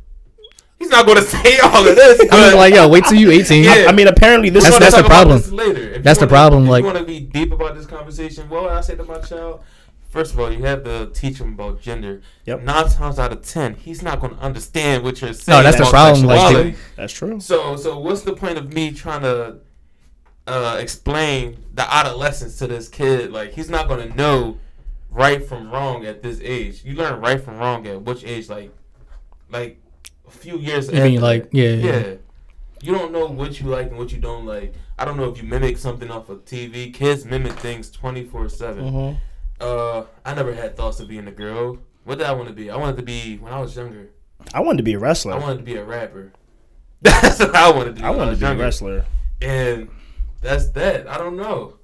He's not gonna say all of this.
I'm just like, yo, wait till you 18.
Yeah.
I mean, apparently this
That's-
one.
that's the problem.
Later. If
That's
you
the problem,
If
like-
you want to be deep about this conversation, well, I say to my child, first of all, you have to teach him about gender.
Yep.
Nine times out of ten, he's not gonna understand what you're saying.
No, that's the
about
problem, like,
sexuality.
they-
That's true.
So, so what's the point of me trying to uh, explain the adolescence to this kid? Like, he's not gonna know right from wrong at this age. You learn right from wrong at which age? Like, like a few years.
You mean
after
like-
that.
yeah, yeah.
You don't know what you like and what you don't like. I don't know if you mimic something off of TV. Kids mimic things twenty four
Mm-hmm.
seven.
Mhm.
Uh, I never had thoughts of being a girl. What did I want to be? I wanted to be when I was younger.
I wanted to be a wrestler.
I wanted to be a rapper. That's what I wanted to do.
I
when
wanted
was
to be a
younger
wrestler.
and that's that. I don't know,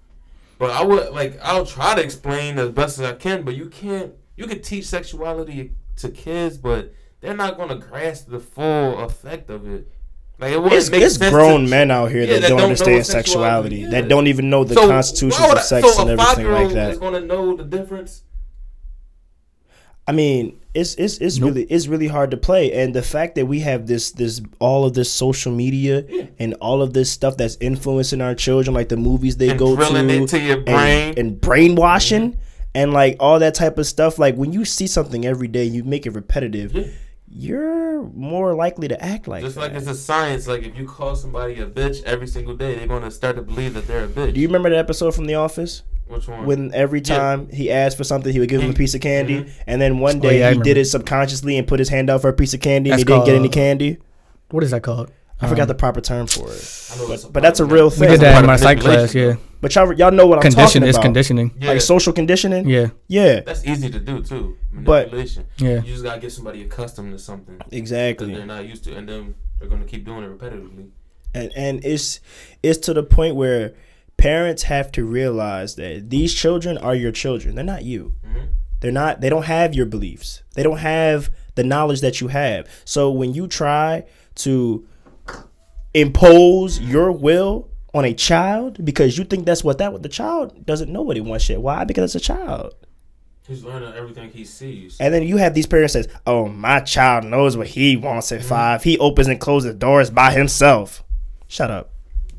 but I would like I'll try to explain as best as I can. But you can't. You can teach sexuality to kids, but they're not gonna grasp the full effect of it. Like it wouldn't
It's,
make
it's
sense
grown
to-
men out here
Yeah,
that,
that
don't
don't know
understand
what
sexuality,
sexuality
that
is.
don't even know the
So,
constitutions
why would
of
I-
sex
so
and
a
everything like
five-year-old
that.
Is gonna know the difference.
I mean, it's it's it's really it's really hard to play, and the fact that we have this this all of this social media and all of this stuff that's influencing our children, like the movies they
And
go
drilling
to,
it to your
and-
brain. Mm-hmm.
and brainwashing. and like all that type of stuff. Like when you see something every day, you make it repetitive.
Yeah.
You're more likely to act like
Just
that.
like it's a science, like if you call somebody a bitch every single day, they're gonna start to believe that they're a bitch.
Do you remember that episode from The Office?
Which one?
When every
Yeah.
time he asked for something, he would give him a
Mhm.
piece of candy,
Mhm.
and then one
Oh,
day
yeah, I
he did
remember.
it subconsciously and put his hand out for a piece of candy, and
That's
he didn't get
called-
any candy.
What is that called?
I
Um,
forgot the proper term for it.
I know it's
But, but that's a real
We
thing.
did that
Part
in
of
my psych
manipulation,
class. Yeah,
But y'all, y'all know what I'm
condition
talking
is
about.
conditioning.
Yeah,
Like social conditioning.
Yeah,
Yeah.
that's easy to do too.
But-
Manipulation.
yeah.
you just gotta get somebody accustomed to something that
Exactly.
they're not used to, and then they're gonna keep doing it repetitively.
and and it's it's to the point where parents have to realize that these children are your children they're not you
Mhm.
they're not they don't have your beliefs they don't have the knowledge that you have so when you try to impose your will on a child because you think that's what that what the child doesn't know what he wants yet why because it's a child
He's learning everything he sees.
and then you have these parents says oh my child knows what he wants at five he opens and closes doors by himself shut up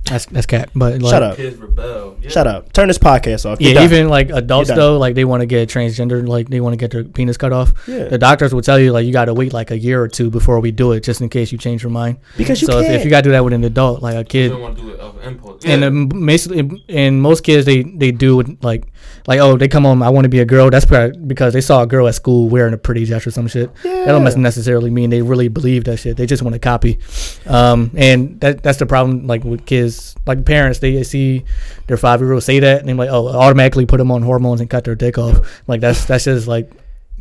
That's that's cat. But like,
shut up
Kids rebel. Yeah.
Shut up. Turn this podcast off. You're
Yeah,
done.
even like adults
done.
though, like they want to get transgender, like they want to get their penis cut off.
Yeah.
The doctors will tell you like you got to wait like a year or two before we do it, just in case you change your mind.
Because you
so if, if
can't.
you got to do that with an adult, like a
You
kid,
don't want to do it of impulse.
and
Yeah.
um, basically, and most kids they they do it like like oh they come home I want to be a girl. That's probably because they saw a girl at school wearing a pretty dress or some shit. That don't
Yeah.
mes- necessarily mean they really believe that shit. They just want to copy. Um, and that that's the problem like with kids like parents they see their five year old say that and they're like oh automatically put them on hormones and cut their dick off. Like that's that's just like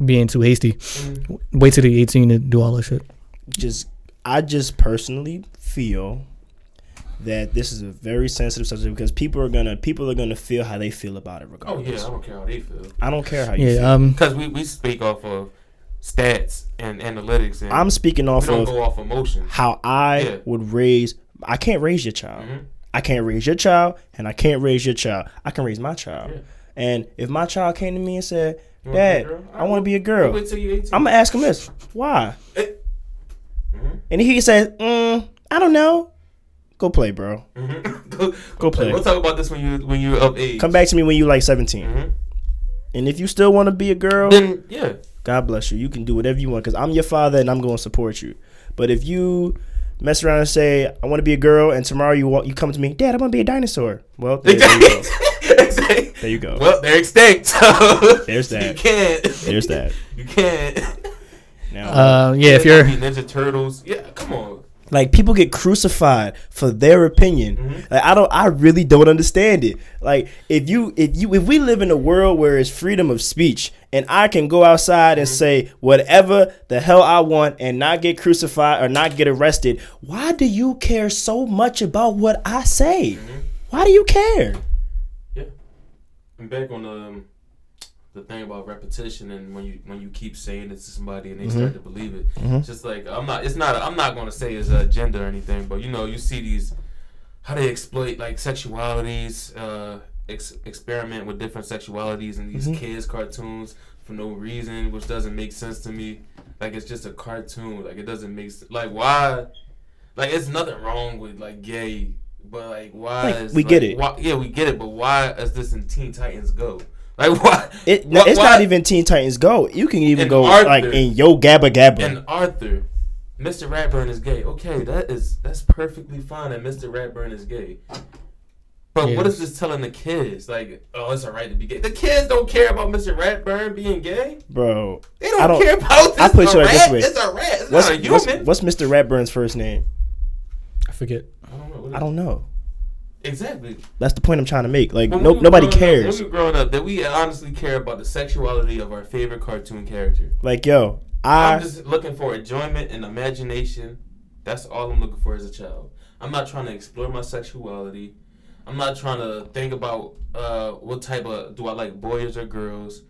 being too hasty.
Mm.
Wait till they're eighteen to do all that shit.
just I just personally feel that this is a very sensitive subject because people are gonna people are gonna feel how they feel about it
Oh yeah,
regardless.
I don't care how they feel.
I don't care how you feel.
Yeah. Um.
Because we, we speak off of stats and analytics, and
I'm speaking
we
off
don't
of
go off emotion.
how I
Yeah.
would raise I can't raise your child.
Mhm.
I can't raise your child and I can't raise your child. I can raise my child.
Yeah.
And if my child came to me and said,
You wanna be a
Dad,
girl?
I want to be a
You
girl.
Wait till you're 18.
I'm gonna ask him this: Why?
Eh. Mhm.
And he says, mm, "I don't know." Go play, bro.
Mhm. go,
Go play.
We'll talk about this when you when you're of age.
Come back to me when you like 17.
Mhm.
And if you still want to be a girl,
Then yeah,
God bless you. You can do whatever you want because I'm your father and I'm going to support you. But if you mess around and say I want to be a girl, and tomorrow you walk, you come to me, Dad, I want to be a dinosaur. Well, there you go.
exactly.
There you go.
Well, they're extinct. So
There's that.
You can't.
There's that.
You can't.
Now,
Uh. Yeah. If
They
you're
gotta be Ninja Turtles, yeah, come on.
like people get crucified for their opinion.
Mm-hmm.
Like I don't, I really don't understand it. Like if you, if you, if we live in a world where it's freedom of speech, and I can go outside
Mm-hmm.
and say whatever the hell I want and not get crucified or not get arrested, why do you care so much about what I say?
Mm-hmm.
Why do you care?
Yeah. And back on um, the thing about repetition and when you when you keep saying it to somebody and they
Mm-hmm.
start to believe it, it's just like I'm not. It's not. I'm not going to say it's a gender or anything, but you know, you see these how they exploit like sexualities, uh, ex- experiment with different sexualities in
Mm-hmm.
these kids cartoons for no reason, which doesn't make sense to me. Like it's just a cartoon. Like it doesn't make sense. Like why? Like it's nothing wrong with like gay, but like why?
Like,
is,
we get
like,
it.
Why, yeah, we get it. But why is this in Teen Titans Go? Like why?
It,
why-
it's
why-
not even Teen Titans Go. You can even
And
go
Arthur.
like in Yo Gabba Gabba.
and Arthur, Mr. Ratburn is gay. Okay, that is that's perfectly fine that Mr. Ratburn is gay. But what is this telling the kids? Like, oh, it's alright to be gay. The kids don't care about Mr. Ratburn being gay.
Bro,
They don't,
I don't-
care about this.
I put it
a
like this
rat.
way.
It's a rat. It's
what's,
not a human.
what's what's Mr. Ratburn's first name?
I forget.
I don't know. What
I don't know.
exactly.
That's the point I'm trying to make. Like
When
no,
we were
nobody
growing up-
cares.
when we were growing up, that we honestly care about the sexuality of our favorite cartoon character.
Like yo,
I'm
I
just looking for enjoyment and imagination. That's all I'm looking for as a child. I'm not trying to explore my sexuality. I'm not trying to think about uh, what type of do I like boys or girls.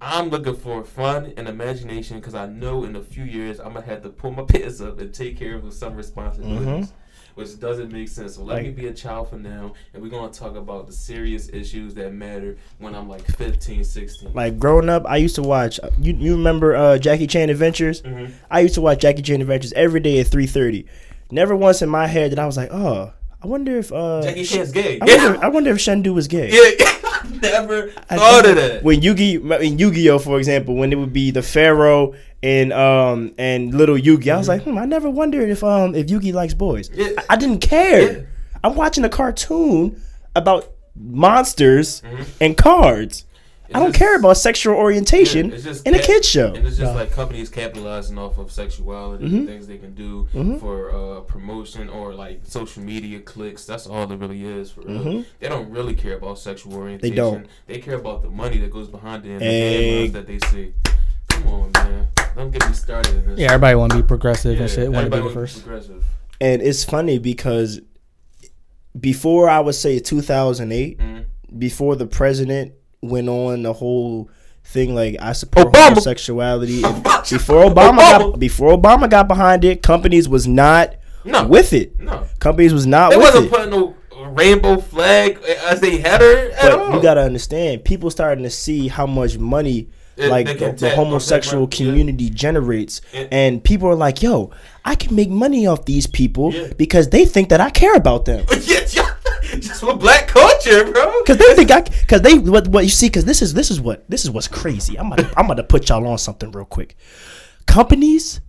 I'm looking for fun and imagination because I know in a few years I'm gonna have to pull my pants up and take care of some responsibilities, which doesn't make sense. So let
Mm-hmm.
me
Like-
be a child for now, and we're gonna talk about the serious issues that matter when I'm like 15, 16.
like growing up, I used to watch. You you remember uh, Jackie Chan Adventures?
Mhm.
I used to watch Jackie Chan Adventures every day at three thirty. Never once in my head did I was like, oh, I wonder if uh,
Jackie Chan's gay.
I wonder, I wonder if Shendu was gay.
Yeah. never thought of that.
when Yugi in Yu-Gi-Oh, for example, when it would be the Pharaoh and um and little Yugi, I was like, hmm, I never wondered if um if Yugi likes boys.
Mm-hmm. Yeah.
I, I didn't care.
Yeah.
I'm watching a cartoon about monsters and cards. I don't
Mm-hmm. just-
care about sexual orientation
Yeah, it's just
in a
cap-
kids show. Mm-hmm.
And it's just like companies capitalizing off of sexuality and things they can do for uh, promotion or like social media clicks. That's all it really is for real. They don't really care about sexual orientation.
Mm-hmm. don't.
They care about the money that goes behind it and the ad runs that they see. Come on, man. Don't get me started in this.
Yeah, everybody want to be progressive
Yeah,
and shit. Want to
everybody
be
wanna be
the first.
Progressive.
And it's funny because before I would say 2008,
Mhm.
before the president went on the whole thing like I support
Obama.
homosexuality, and before Obama, Got,
Obama.
before Obama got behind it, companies was not
No.
with it.
No.
Companies was not
They
with
wasn't
it.
putting no rainbow flag as they header at
but
all.
you gotta understand, people starting to see how much money
It-
like
they
the,
can
the
tap-
homosexual
okay, right, yeah.
community generates,
It-
and people are like, "Yo, I can make money off these people
Yeah.
because they think that I care about them."
yeah, yeah. just with black culture, bro.
Cause they think I, cause they what what you see, cause this is this is what this is what's crazy. I'm about to, I'm about to put y'all on something real quick. Companies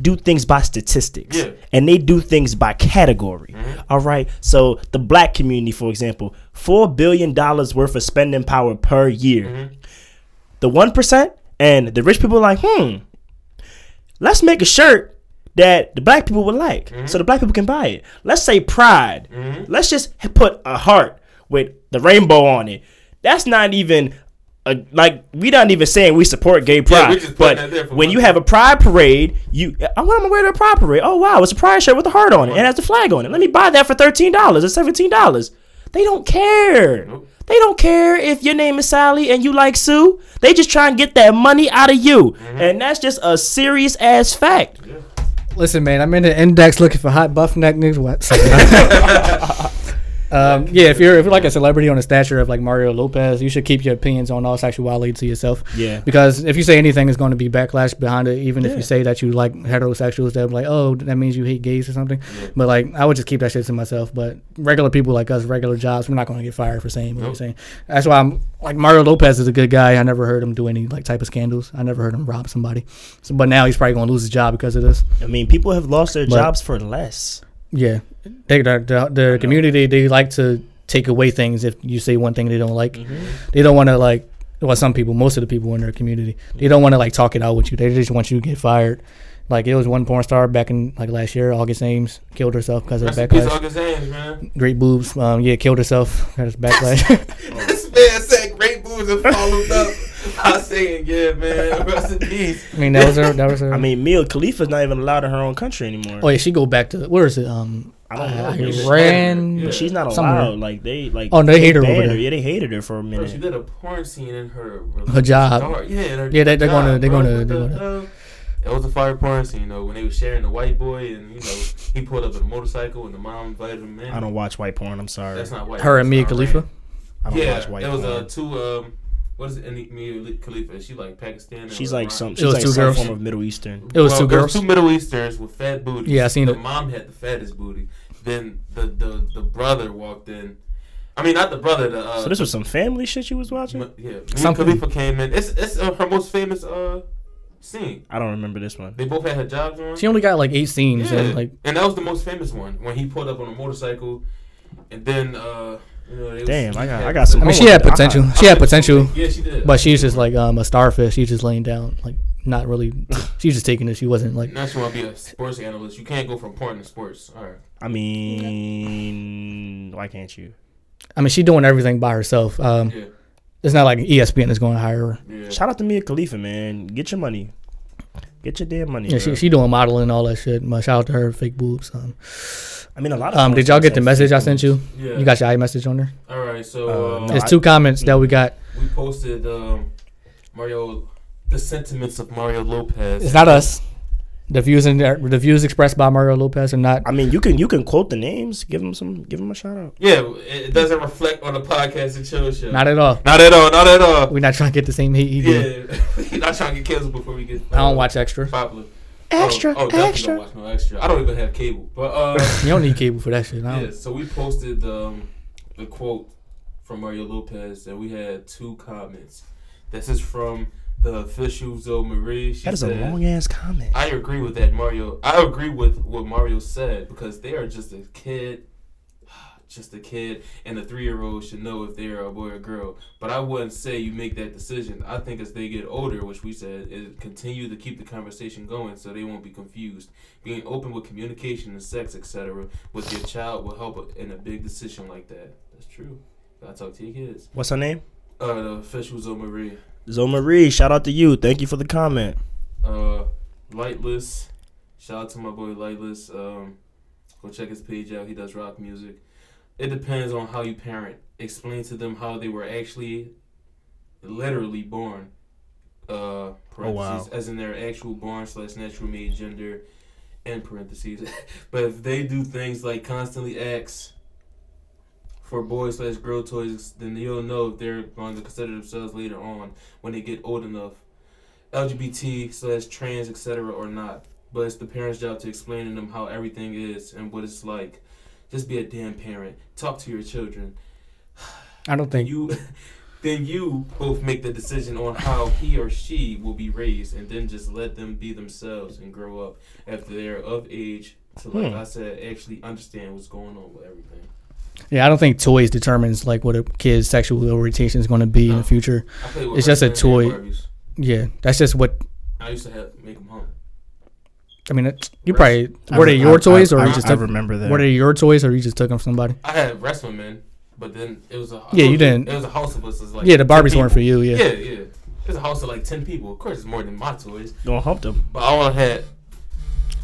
do things by statistics,
Yeah.
and they do things by category. All right, so the black community, for example, four billion dollars worth of spending power per year. The one percent and the rich people are like, hmm, let's make a shirt that the black people would like
Mm-hmm.
so the black people can buy it let's say pride let's just h- put a heart with the rainbow on it that's not even a, like we not even saying we support gay
Yeah, we
pride
just putting that there
but
for
when
fun.
you have a pride parade you i want to wear to a pride parade oh wow it's a pride shirt with a heart on it and has the flag on it let me buy that for $13 or $17 they don't care
Nope.
they don't care if your name is Sally and you like Sue. They just try and get that money out of you.
Mm-hmm.
And that's just a serious ass fact.
Listen, man, I'm in the index looking for hot buff neck niggas. What? um, yeah, if you're if you're like a celebrity on the stature of like Mario Lopez, you should keep your opinions on all sexuality to yourself.
Yeah.
Because if you say anything, it's going to be backlash behind it. Even if you say that you like heterosexuals, they'll be like, "Oh, that means you hate gays or something." But like, I would just keep that shit to myself. But regular people like us, regular jobs, we're not going to get fired for saying what we're saying. That's why I'm like Mario Lopez is a good guy. I never heard him do any like type of scandals. I never heard him rob somebody. So, but now he's probably going to lose his job because of this.
I mean, people have lost their
But-
jobs for less.
Yeah, they, the the, the community they like to take away things if you say one thing they don't like.
Mm-hmm.
They don't want to like well, some people, most of the people in their community, they don't want to like talk it out with you. They just want you to get fired. Like it was one porn star back in like last year, August Ames killed herself because of
Rest in peace,
backlash.
August Ames, man.
Great boobs, um, yeah, killed herself because of backlash.
This man said great moves and followed up by saying, "Yeah, man, rest in peace."
I mean, that was her. That was her.
I mean, Mia Khalifa's not even allowed in her own country anymore.
oh yeah, she go back to where is it? Um,
I don't know.
I-
Maybe-
Iran.
Yeah.
She's not
Somewhere.
allowed. Like they like.
Oh, they hate her over
banned
there.
Yeah, they hated her for a
Bro, she
minute.
did a porn scene in her
Her job.
Star- Yeah, in her
Yeah, they- they're gonna- they're
job,
gonna-
what
they're
the
gonna-
hell? It was a fire porn scene, you know, when they was sharing the white boy, and you know, he pulled up in a motorcycle, and the mom invited him in.
I don't watch white porn. I'm sorry.
That's not white.
her and
that's
Mia
not
Khalifa.
right.
I don't
yeah,
watch white
it
porn.
was uh, two. Um, what is it? Any- Mia Khalifa? Is she like Pakistan?
she's
or
like
Iran?
some.
was
She's like
two
some
girls.
form of Middle Eastern.
It was two girls.
two Middle Easterns with fat booties.
Yeah, I seen
the
it.
mom had the fattest booty. Then the the, the brother walked in. I mean, not the brother. The uh,
So this was some family shit you was watching.
m- yeah. Mia
Something.
Khalifa came in. It's it's uh, her most famous uh scene.
I don't remember this one.
They both had her jobs on.
She only got like eight scenes
yeah.
and like
and that was the most famous one when he pulled up on a motorcycle, and then uh. You know, they was-
Damn, I
he
got,
had-
I got some.
I mean, she
homework
had
to do. Oh, I-
potential.
I
She had
mean,
potential.
Yeah, she did.
But she was just like um, a starfish. She was just laying down, like not really. She was just taking it. She wasn't like.
Now she want to be a sports analyst. You can't go from porn to sports. All right.
I mean, why can't you?
I mean, she doing everything by herself. Um,
Yeah.
It's not like E ESPN is going to hire her.
Yeah.
Shout out to Mia Khalifa, man. Get your money. Get your damn money.
Yeah,
bro.
she, she doing modeling and all that shit. But shout out to her, fake boobs. Um,
I mean, a lot of.
um, did y'all get the message I sent you?
Yeah.
You got your iMessage on there.
All right. So.
Uh,
um,
no,
There's
I-
two comments that we got.
We posted um, Mario, the sentiments of Mario Lopez.
It's not us. The views in there, the views expressed by Mario Lopez are not.
I mean, you can you can quote the names. Give them some. Give them a shout out.
yeah, it it doesn't reflect on the podcast and chill show.
Not at all.
Not at all. Not at all.
We're not trying to get the same hate he did.
yeah, we're not trying to get canceled before we get.
I don't
uh,
watch extra.
Popular. Extra. Oh, definitely Don't watch no extra. I don't even have cable. But uh,
You don't need cable for that shit. I don't-
yeah. So we posted um, the quote from Mario Lopez, and we had two comments. This is from the official Zoe Marie. She
That is a
said,
long ass comment.
I agree with that, Mario. I agree with what Mario said because they are just a kid, just a kid, and a three-year-old should know if they are a boy or girl. But I wouldn't say you make that decision. I think as they get older, which we said, is continue to keep the conversation going so they won't be confused. Being open with communication and sex, etc., with your child will help in a big decision like that. That's true. Gotta talk to your kids.
What's her name?
Uh, the official Zoe Marie.
Zoe Marie. Shout out to you. Thank you for the comment.
uh, Lightless. Shout out to my boy Lightless. Um, go check his page out. He does rock music. It depends on how you parent. Explain to them how they were actually, literally born. Uh,
wow.
parentheses, as in their actual born slash natural made gender, and parentheses. but if they do things like constantly ask for boy slash girl toys, then you'll know if they're going to consider themselves later on when they get old enough LGBT slash trans, etc., or not. But it's the parents' job to explain to them how everything is and what it's like. Just be a damn parent. Talk to your children.
I don't think
You, then you both make the decision on how he or she will be raised, and then just let them be themselves and grow up after they're of age to, like
Hmm.
I said, actually understand what's going on with everything.
Yeah, I don't think toys determines like what a kid's sexual orientation is going to be in
No.
the future.
I play with
It's just a
Russian and
toy.
Barbies.
Yeah, that's just what
I used to have make them home.
I mean. It, you
Right.
probably were
I-
they your
I-
toys
I-
or
I,
you just
I
took,
remember that.
were they your toys or you just took them from somebody?
I had wrestling men, but then it was a I
Yeah, you
told
didn't-
It was a house of us. it was like
Yeah, the
10
Barbies
people.
weren't for you, yeah.
yeah, yeah. It was a house of like ten people. Of course, it's more than my toys,
Don't hump them.
but I all I had.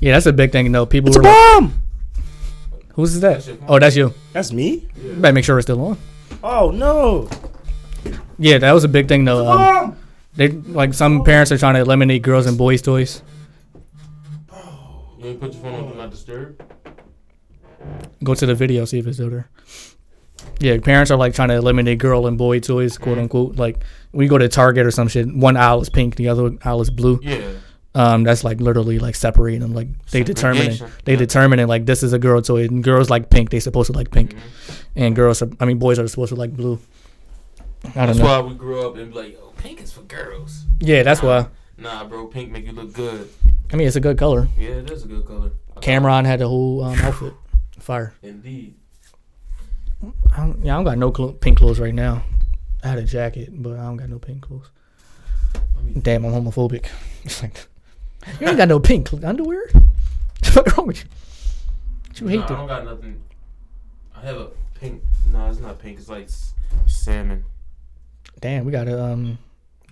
Yeah, that's a big thing. though. people
It's a
were like,
bomb.
"Who's that?"
That's your phone.
oh, that's you.
That's me.
You Better make sure it's still on.
Oh no.
Yeah, that was a big thing though. Um,
Bomb.
they like some parents are trying to eliminate girls and boys toys.
You ain't put your phone on do not disturb.
Go to the video see if it's still there. Yeah, parents are like trying to eliminate girl and boy toys, quote unquote. Like when you go to Target or some shit, one aisle is pink, the other aisle is blue.
Yeah,
um, that's like literally like separating them. Like they determine it.
Segregation.
They determine it. Like this is a girl toy, and girls like pink. They supposed to like pink,
Mm-hmm.
and girls. Are, I mean, boys are supposed to like blue. I don't
that's
know.
why we grew up and be like, oh, pink is for girls.
yeah, that's why.
Nah, bro, pink make you look good.
I mean, it's a good color.
Yeah, it is a good color.
Cameron had the whole um, outfit. Fire.
Indeed.
I don't, yeah, I don't got no clo- pink clothes right now. I had a jacket, but I don't got no pink clothes. Damn, I'm homophobic. It's like, you ain't got no pink cl- underwear. What's wrong with you? What you hate
Nah, I
that?
don't got nothing. I have a pink. Nah, it's not pink. It's like s- salmon.
Damn, we gotta um,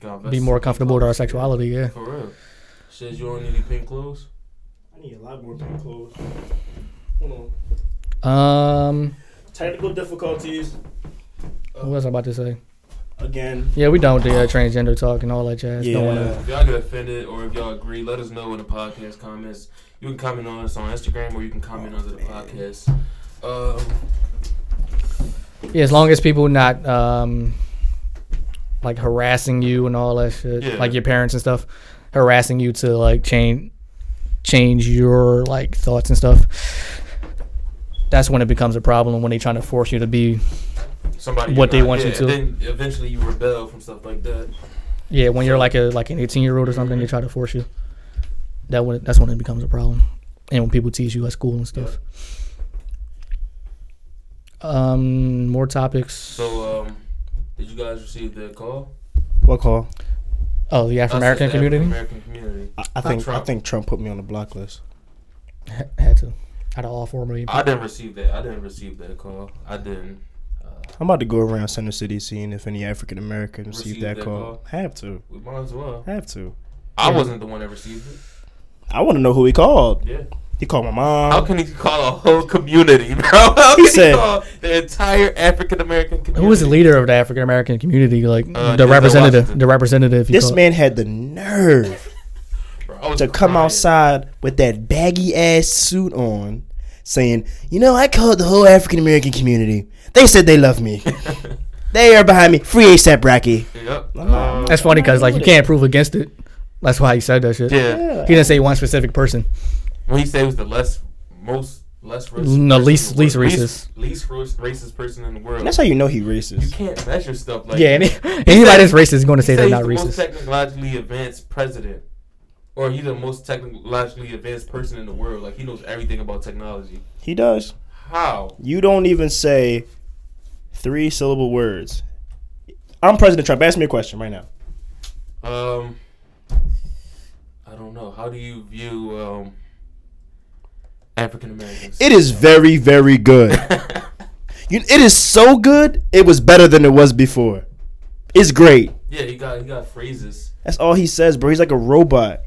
God,
be more comfortable with our sexuality. Yeah.
For real. Says you don't need any pink clothes.
I need a lot more pink clothes. Hold on.
Um,
Technical difficulties
what was I about to say?
again.
Yeah, we done with the uh, transgender talk and all that jazz. Don't wanna,
Yeah.
If y'all get offended or if y'all agree, let us know in the podcast comments. You can comment on us on Instagram or you can comment under the podcast. Um,
yeah, as long as people not um, like harassing you and all that shit,
Yeah.
like your parents and stuff, harassing you to like change change your like thoughts and stuff. That's when it becomes a problem when they trying to force you to be
somebody
What
you're
they want you to.
and Then eventually you rebel from stuff like that.
yeah when you're like a like an 18 year old or something they
Mm-hmm.
try to force you. That when that's when it becomes a problem, and when people tease you at school and stuff. Um, more topics.
So, um, did you guys receive that call?
What call?
Oh, the African American
Us as the
community
African community.
I, I
Not
think I
Trump.
think Trump put me on the block list.
Ha- had to out of all four million.
I didn't receive that. I didn't receive that call. I didn't. Uh,
I'm about to go around Center City seeing if any African American received
Received
that
that
call.
call.
Have to.
we might as well.
Have to.
I wasn't the one that received it.
I want to know who he called.
Yeah.
He called my
How
mom.
can he call a whole community, bro? How
He
can
said-
he call the entire African American community?
Who was the leader of the African American community? Like
Uh,
the
Denzel
representative,
Washington.
the representative. he
This
called.
man had the nerve
Bro, I was
to come
crying.
outside with that baggy ass suit on, saying, "You know, I called the whole African American community. They said they love me. they are behind me. Free ASAP, Rocky."
Yep.
not-
Uh,
That's funny because like you
Yeah.
can't prove against it. That's why he said that shit.
yeah.
Yeah.
He didn't say one specific person.
When he said it was the less most less racist.
No,
person
least-
in the
least
world.
racist.
Least racist, racist person in the world.
And that's how you know he
you
racist.
can't measure stuff like
yeah,
that.
any,
He said-
anybody that's racist is going to
he
say
said
they're
he's
not
the Most
racist.
technologically advanced president, or he's the most technologically advanced person in the world. Like he knows everything about technology.
He does.
How?
You don't even say three syllable words. I'm President Trump. Ask me a question right now.
Um, I don't know. How do you view um African Americans?
It is very, very good. you, it is so good. It was better than it was before. It's great.
yeah, he got he got phrases.
That's all he says, bro. He's like a robot.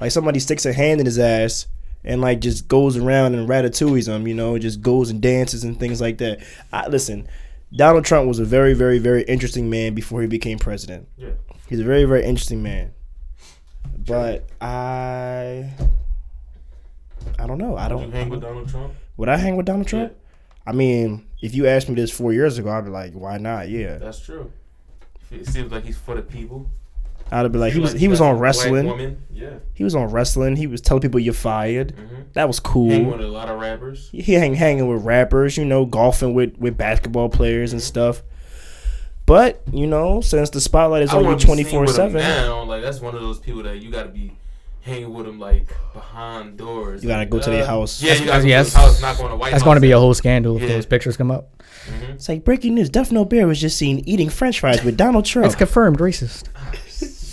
Like somebody sticks a hand in his ass and like just goes around and ratatouilles him, you know, just goes and dances and things like that. I listen, Donald Trump was a very, very, very interesting man before he became president.
Yeah.
He's a very, very interesting man. But I I don't know. I
You hang with
don't
Donald Trump?
would I hang with Donald Trump?
Yeah,
I mean, if you asked me this four years ago, I'd be like, why not? Yeah.
that's true. It seems like he's for the people.
I'd be like, he
Seems
was
like
he was
got
on
a black
wrestling.
Woman. Yeah.
He was on wrestling. He was telling people you're fired.
Mm-hmm.
That was
Hang with
cool.
a lot of rappers.
He hang hanging with rappers, you know, golfing with with basketball players and stuff. But you know, since the spotlight is
I
on you
wanna be seen
twenty
with him
four seven,
Now, like that's one of those people that you gotta be hanging with him like behind doors.
You gotta
Like,
go to their house.
Yeah, you gotta go
Yeah,
to his house, knock on the White
That's
House
going to be a
and-
whole scandal if
Yeah.
those pictures come up.
it's like breaking news: Duffno Bear was just seen eating French fries with Donald Trump
Oh.
It's confirmed racist.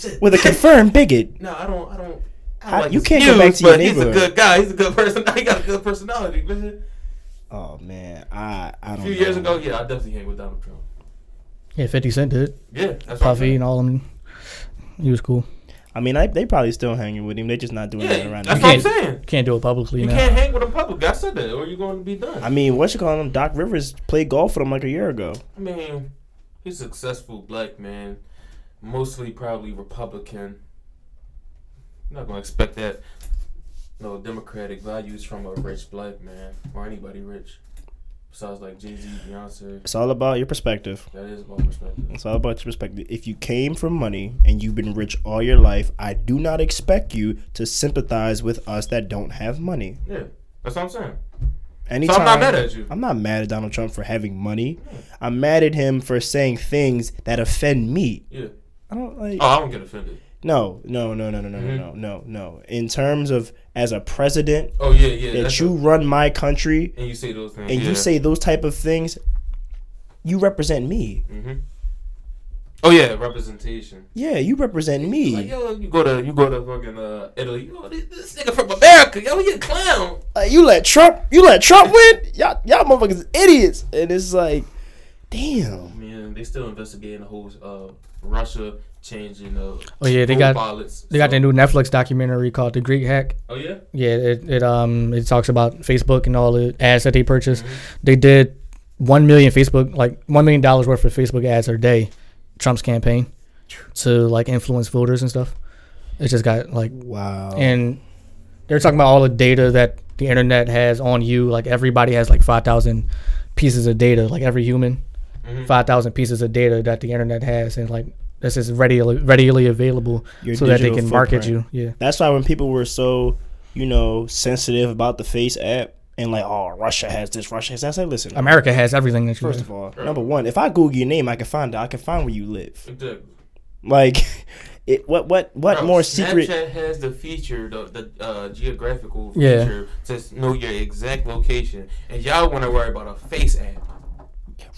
Shit.
with a confirmed bigot.
No, I don't. I don't. I
How-
don't like
you
his
can't go back to your
but He's a
neighborhood.
good guy. He's a good person. He got a good personality. man.
Oh man, I I
A
don't.
few
know.
years ago, yeah, I definitely hang with Donald Trump.
Yeah, 50 Cent did.
Yeah, that's what I'm
Puffy
saying.
and all of them. He was cool.
I mean, I, they probably still hanging with him. They're just not doing
Yeah,
that right
that's
now.
what I'm
You can't-
saying.
Can't do it publicly
You
now.
can't hang with him public. I said that, or you're going to be done.
I mean, what you call him? Doc Rivers played golf with him like a year ago.
I mean, he's a successful black man, mostly probably Republican. I'm not gonna expect that no democratic values from a rich black man or anybody rich. Besides like Jay Z, Beyonce.
It's all about your perspective.
That is my perspective.
It's all about your perspective. If you came from money and you've been rich all your life, I do not expect you to sympathize with us that don't have money.
Yeah, that's what I'm saying.
Anytime,
not mad at you.
I'm not mad at Donald Trump for having money. I'm mad at him for saying things that offend me.
Yeah.
I don't like.
Oh, I don't get offended.
No, no, no, no, no, no, no,
Mhm.
no, no. In terms of as a president
Oh yeah, yeah.
that
that's
you
a-
run my country
and you say those things.
and
yeah.
you say those type of things, you represent me.
hmm Oh yeah, representation.
Yeah, you represent me.
Like yo, you go to you go to fucking uh, Italy. Yo, this, this nigga from America. Yo, he a clown.
Like you let Trump, you let Trump win. Y'all, y'all motherfuckers idiots. And it's like, damn.
Man, they still investigating the whole uh, Russia changing the
Oh, yeah, they
vote
got-
ballots.
They got
So-
that new Netflix documentary called The Greek Hack.
Oh yeah,
Yeah, it, it um it talks about Facebook and all the ads that they purchased.
Mm-hmm.
They did one million Facebook like one million dollars worth of Facebook ads a day, Trump's campaign, to like influence voters and stuff. It just got like
Wow.
and they're talking about all the data that the internet has on you. Like everybody has like five thousand pieces of data. Like every human,
Mm-hmm.
Mhm.
thousand pieces of data that the internet has, and like this is readily readily available
Your
so that they
digital
can market you.
footprint.
Yeah.
That's why when people were so, you know, sensitive about the face app and like, oh, Russia has this, Russia has that. I say, listen,
America has everything that you
first
have.
of all, number one, if I Google your name, I can find out. I can find where you live.
exactly.
Like, it. What? What? What
Bro,
more secret?
Snapchat has the feature, the, the uh, geographical
Yeah.
feature to s- know your exact location, and y'all want to worry about a face app.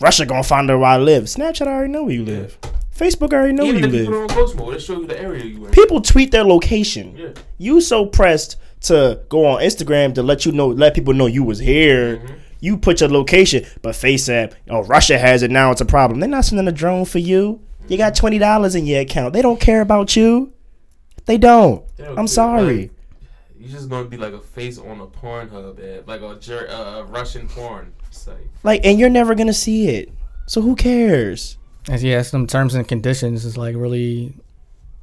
Russia gonna find out where I live. Snapchat already know where you live. Facebook already know
Even
where
if
you
you
live.
put on ghost mode, it show you the area you in.
people tweet their location.
Yeah.
You so pressed to go on Instagram to let you know, let people know you was here.
Mm-hmm.
You put your location, but FaceApp, oh Russia has it now. It's a problem. They're not sending a drone for you. You got twenty dollars in your account. They don't care about you. They don't.
They don't care.
I'm sorry.
Like- you just gonna be like a face on a Pornhub app, like a jer- uh, Russian porn site.
Like, and you're never gonna see it. So who cares?
And yeah, some terms and conditions is like really,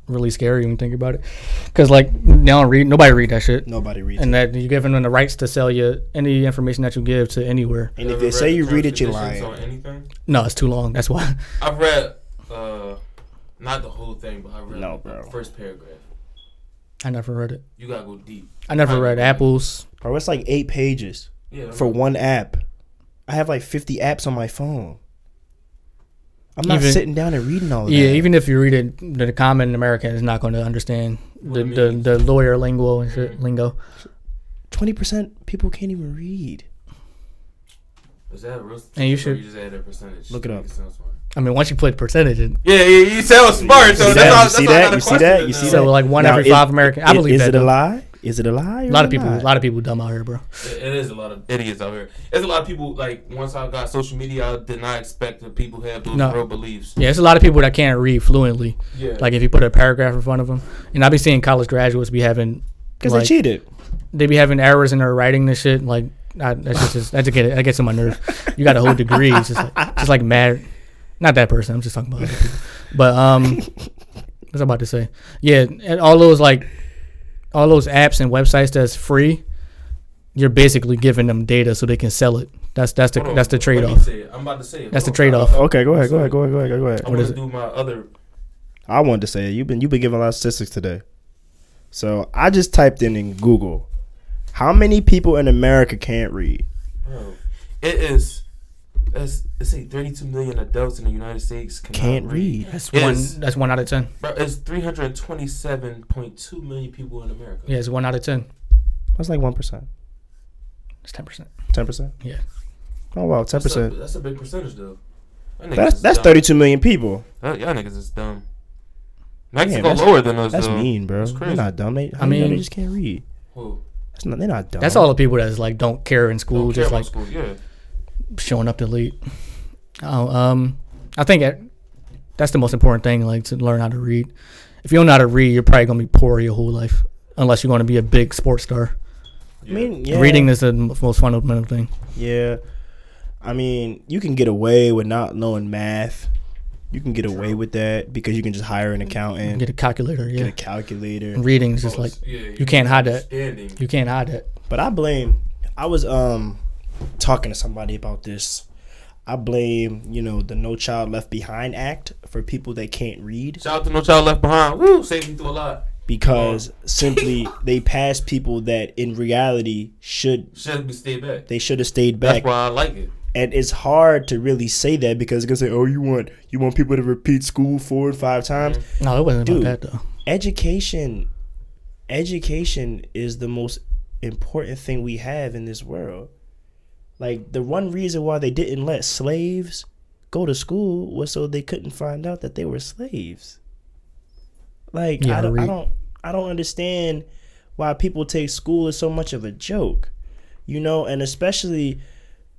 really scary when you think about it. Because like now, I read nobody read that shit,
Nobody reads
and
it.
that you're giving them the rights to sell you any information that you give to anywhere.
And
You
if
ever
they say
the
you
terms
read it, you're
conditions
lying.
on anything?
No, it's too long. That's why.
I've read, uh, not the whole thing, but I read
No,
the
bro.
first paragraph.
I never read it.
You gotta go deep.
I never read Apple's.
Bro, it's like eight pages.
Yeah.
for one app. I have like 50 apps on my phone. I'm not
Even-
sitting down and reading all of
Yeah,
that.
even if you read it, the common American is not going to understand
What
the,
it
the,
means.
the lawyer lingo and shit, lingo.
20% people can't even read.
Is that a real?
And you
or
should-
you just add a percentage.
Look it up.
Make sound smart.
I mean, once you put percentage, it-
Yeah, yeah, you sound smart. So
see
that's
that?
all.
You
That's
see
all I
that?
got a
You see
question
that?
to
You see
know.
so
that?
like one
Now,
every
is-
five American. I
Is-
believe
is
that.
it a
though.
lie? Is it a lie?
A lot of people, a lot of people dumb out here, bro.
It it is a lot of idiots out here. There's a lot of people like once I got social media, I did not expect that people have those
No.
real beliefs.
Yeah, it's a lot of people that can't read fluently.
Yeah.
Like if you put a paragraph in front of them, and I've been seeing college graduates be having
Because
like,
they cheated.
they be having errors in their writing and shit. Like I, that's just, just that just get that gets on my nerves. You got a whole degree, it's just like, just like mad. Not that person. I'm just talking about other people. But um, what's I about to say? Yeah, and all those like all those apps and websites that's free, you're basically giving them data so they can sell it. That's that's the
Hold on,
that's the
let me
trade off.
say it. I'm about to say it.
That's the
Hold on.
trade off.
Okay, go ahead, go ahead, go ahead, go ahead, go ahead.
I want
is
to
it?
do my other.
I wanted to say it. You've been you've been giving a lot of statistics today. So I just typed in in Google, how many people in America can't read?
Bro, it is. It's, it's like 32 million adults in the United States cannot
Can't read.
That's
Yes.
one. That's one out of ten.
Bro, it's 327.2 million people in America.
Yeah, it's one out of ten.
That's like one percent,
It's ten percent.
ten percent.
Uh-huh.
Yeah.
Oh wow, ten
that's, a,
percent.
that's a big percentage though. Y'all niggas
That's
is
that's
dumb.
thirty-two million people.
Y'all y'all niggas is dumb. Mexico
that's-
lower than us.
That's
though.
mean, bro.
That's
They're
crazy.
not dumb. They,
I
I mean,
mean-
they just can't read.
Who?
That's not. They're not dumb.
That's all the people that's like don't care in school,
Don't care
just
about
like
school. Yeah.
showing up to lead. Oh, um, I think it, that's the most important thing, like to learn how to read. If you don't know how to read, you're probably gonna be poor your whole life, unless you're gonna be a big sports star.
I mean, yeah.
Reading is the m- most fundamental thing.
Yeah. I mean, you can get away with not knowing math. You can get away with that because you can just hire an accountant,
Get a calculator, yeah.
get a calculator.
And Reading is just like
yeah,
you can't hide that.
Standing.
You can't hide that.
But I blame. I was um talking to somebody about this. I blame you know the No Child Left Behind Act for people that can't read
Shout out to No Child Left Behind. Woo, saved me through a lot.
because
Oh.
simply they passed people that in reality should
Should we stay back?
they should have stayed
That's
back.
why I like it.
And it's hard to really say that because it's gonna say, oh, you want you want people to repeat school four and five times.
No, it wasn't
Dude.
about that though.
education education is the most important thing we have in this world like the one reason why they didn't let slaves go to school was so they couldn't find out that they were slaves like
Yeah,
I, don't, I
read.
don't i don't understand why people take school as so much of a joke you know and especially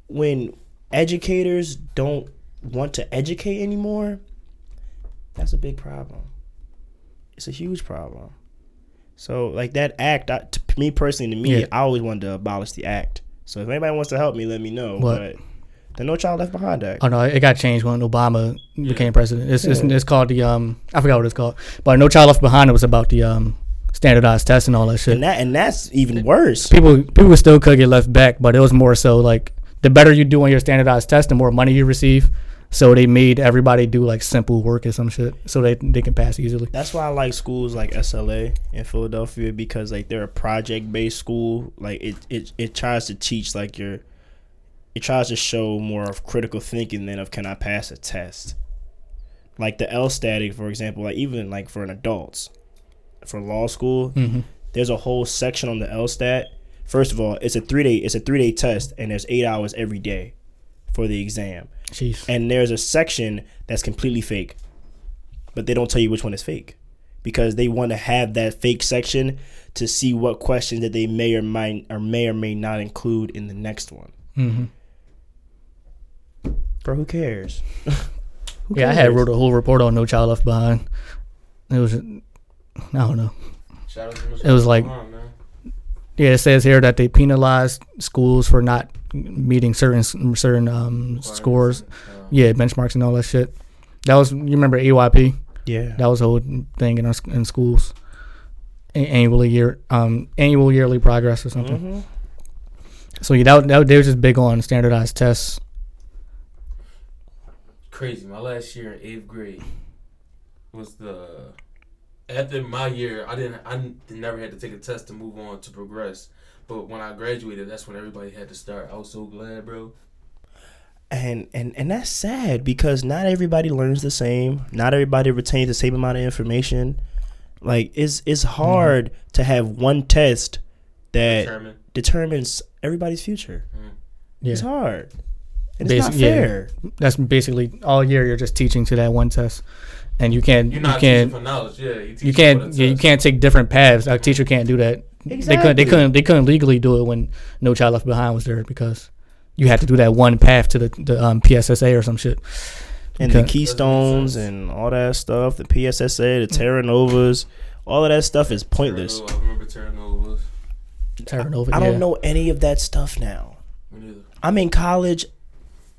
when educators don't want to educate anymore that's a big problem it's a huge problem so like that act I, to me personally to me
Yeah.
i always wanted to abolish the act so if anybody wants to help me let me know
What?
but the no child left behind act
Oh no, it got changed when Obama became president. It's, it's, it's called the um I forgot what it's called, but No Child Left Behind it was about the um standardized tests and all that shit.
and that and that's even worse
people people still could get left back, but it was more so like the better you do on your standardized test, the more money you receive. So they made everybody do like simple work or some shit, so they they can pass easily.
That's why I like schools like SLA in Philadelphia because like they're a project based school. Like it, it it tries to teach like your it tries to show more of critical thinking than of can I pass a test. Like the L static, for example, like even like for an adults, for law school, there's a whole section on the L stat. First of all, it's a three day it's a three day test and there's eight hours every day for the exam.
Jeez,
And there's a section that's completely fake, but they don't tell you which one is fake because they want to have that fake section to see what questions that they may or might or may or may not include in the next one. Bro, who cares? Who
yeah, I had
cares?
wrote a whole report on No Child Left Behind. It was, I don't know.
Shout out to No
It was like-
Behind, man.
Yeah, it says here that they penalized schools for not meeting certain certain um, scores. Yeah, benchmarks and all that shit. That was you remember AYP.
Yeah.
That was a whole thing in our sc- in schools. A- annually year um annual yearly progress or something.
Mm-hmm.
So yeah, that, that they were just big on standardized tests.
Crazy. My last year in eighth grade was the after my year, I didn't. I n- never had to take a test to move on to progress. But when I graduated, that's when everybody had to start. I was so glad, bro.
and and and that's sad because not everybody learns the same. Not everybody retains the same amount of information. Like it's it's hard to have one test that
Determine.
determines everybody's future. It's
Yeah.
hard. And it's not
Basi- yeah.
fair.
That's basically all year you're just teaching to that one test, and you can't
You're
you
not
can't
teaching for knowledge. Yeah, you, teach
you can't
For
yeah, you can't take different paths. A teacher can't do that. They couldn't
Exactly.
they couldn't they couldn't legally do it when No Child Left Behind was there because you had to do that one path to the, the um, PSSA or some shit.
And
Okay.
the keystones and all that stuff, the PSSA, the
Mm.
Terra Novas, all of that stuff is pointless.
I remember turnovers.
Terranova,
I
yeah.
don't know any of that stuff now.
Me neither.
I'm in college.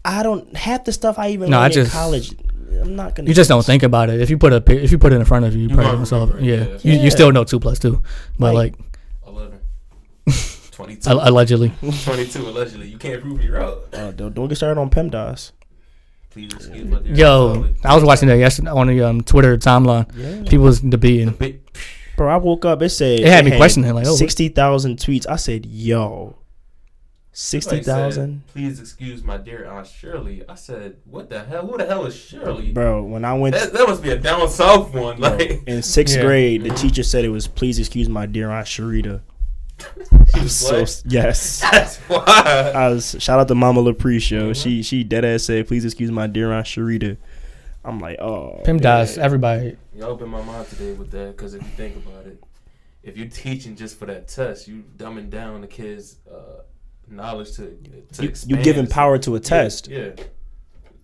I don't half the stuff I even
No, I
learned in
just-
college. I'm not gonna.
You just don't think about it. If you put a pi- if you put it in front of you, you,
You
probably
might
don't solve it.
remember
Yeah.
it,
You,
yeah.
you still know two plus two, but
Like-
like,
11. 22.
al- allegedly,
22, allegedly. You can't prove me wrong.
Uh, don't, don't get started on PEMDAS.
Please excuse my dear
yo,
colleague.
I was watching that yesterday on the um, Twitter timeline.
Yeah.
People was debating.
Big-
Bro, I woke up. It said
It had me questioning, like, oh, what-
sixty thousand tweets. I said, yo, sixty
Somebody
thousand.
said, Please excuse my dear Aunt Shirley. I said, what the hell? Who the hell is Shirley?
Bro, when I went
That, that must be a down south one. Like,
in sixth
Yeah.
grade, the teacher said it was please excuse my dear aunt Sharita.
she
I'm
was
so
black.
s- yes.
That's why.
I was shout out to Mama
Mm-hmm.
Laprecio. She she dead ass said please excuse my dear aunt Sharita. I'm like oh.
Pim
man.
dies everybody.
You opened my mind today with that because if you think about it, if you're teaching just for that test, you dumbing down the kids' uh, knowledge to, to
You, you
expand.
giving power to a test.
Yeah.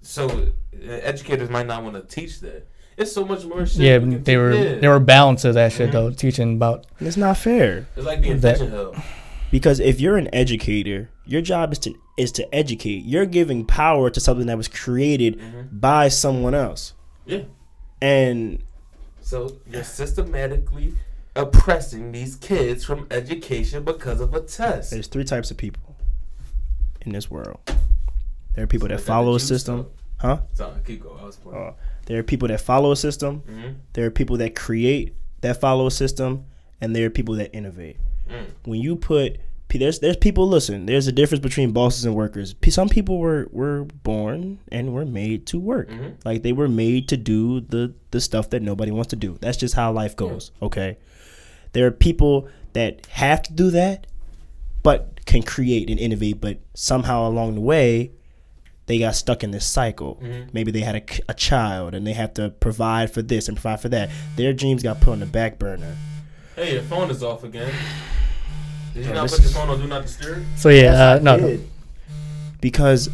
So uh, educators might not want to teach that. It's so much more shit.
Yeah,
we can
they
teach.
were
Yeah.
they were bound to that shit though, teaching about
And It's not fair
It's like being
that-
fetching hell.
because if you're an educator, your job is to is to educate. You're giving power to something that was created
Mm-hmm.
by someone else.
Yeah.
And
So you're systematically oppressing these kids from education because of a test.
there's three types of people in this world. There are people
Like
that
that
follow a
juice
system,
stuff.
huh?
Sorry, keep going. I was playing.
Uh, there are people that follow a system.
Mhm.
There are people that create that follow a system, and there are people that innovate.
Mm.
When you put pe- there's there's people listen. There's a difference between bosses and workers. P- Some people were were born and were made to work.
Mhm.
Like they were made to do the the stuff that nobody wants to do. That's just how life goes. Okay. There are people that have to do that, but can create and innovate. But somehow along the way, they got stuck in this cycle.
Mm-hmm.
Maybe they had a, a child and they have to provide for this and provide for that. Their dreams got put on the back burner.
Hey, your phone is off again. Did you
Yeah,
not
this
put your
is-
phone on Do Not Disturb?
So yeah, uh,
That's
no,
what I
no,
did. Because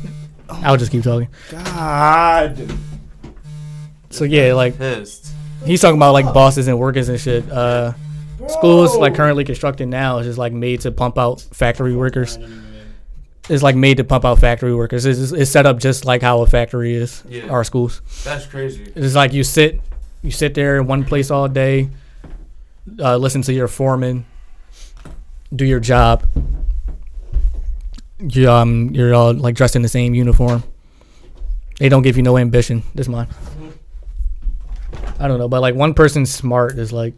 I'll just keep talking.
God,
So yeah, like
Pissed.
he's talking about like bosses and workers and shit. Uh, schools like currently constructed now is just like made to pump out factory workers. It's like made to pump out factory workers. It's, it's- it's set up just like how a factory is.
Yeah.
Our schools.
That's crazy.
It's like you sit, you sit there in one place all day, uh, listen to your foreman, do your job. You um, you're all like dressed in the same uniform. They don't give you no ambition. This mine. I don't know, but like one person smart is like,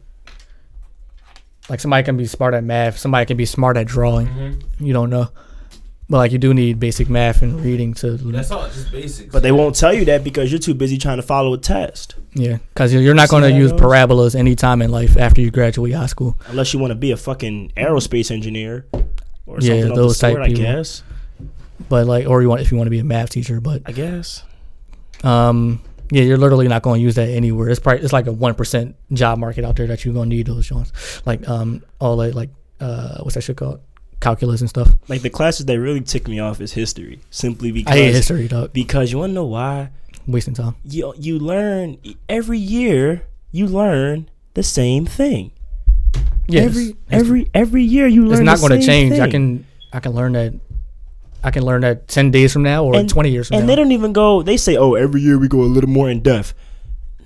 like somebody can be smart at math, somebody can be smart at drawing.
Mm-hmm.
You don't know, but like you do need basic math and reading to
That's all. Just basics.
but they won't tell you that because you're too busy trying to follow a test.
Yeah, because you're not going to use
Scenarios.
parabolas any time in life after you graduate high school.
Unless you want to be a fucking aerospace engineer or
Yeah,
something of
those
the
type
sort. I
people.
guess.
But like, or you want if you want to be a math teacher. But
I guess.
um, yeah, you're literally not going to use that anywhere. It's probably it's like a one percent job market out there that you're going to need those jobs. Like um, all that like uh, what's that shit called? Calculus and stuff.
Like the classes that really tick me off is history, simply because
I hate history, dog.
Because you want to know why?
Wasting time.
you you learn every year you learn the same thing
Yeah,
every
it's,
every every year you learn
it's not
the
going to
same
change. I
thing.
can I can learn that. I can learn that ten days from now or
and,
twenty years from
and
now.
they don't even go they say oh every year we go a little more in depth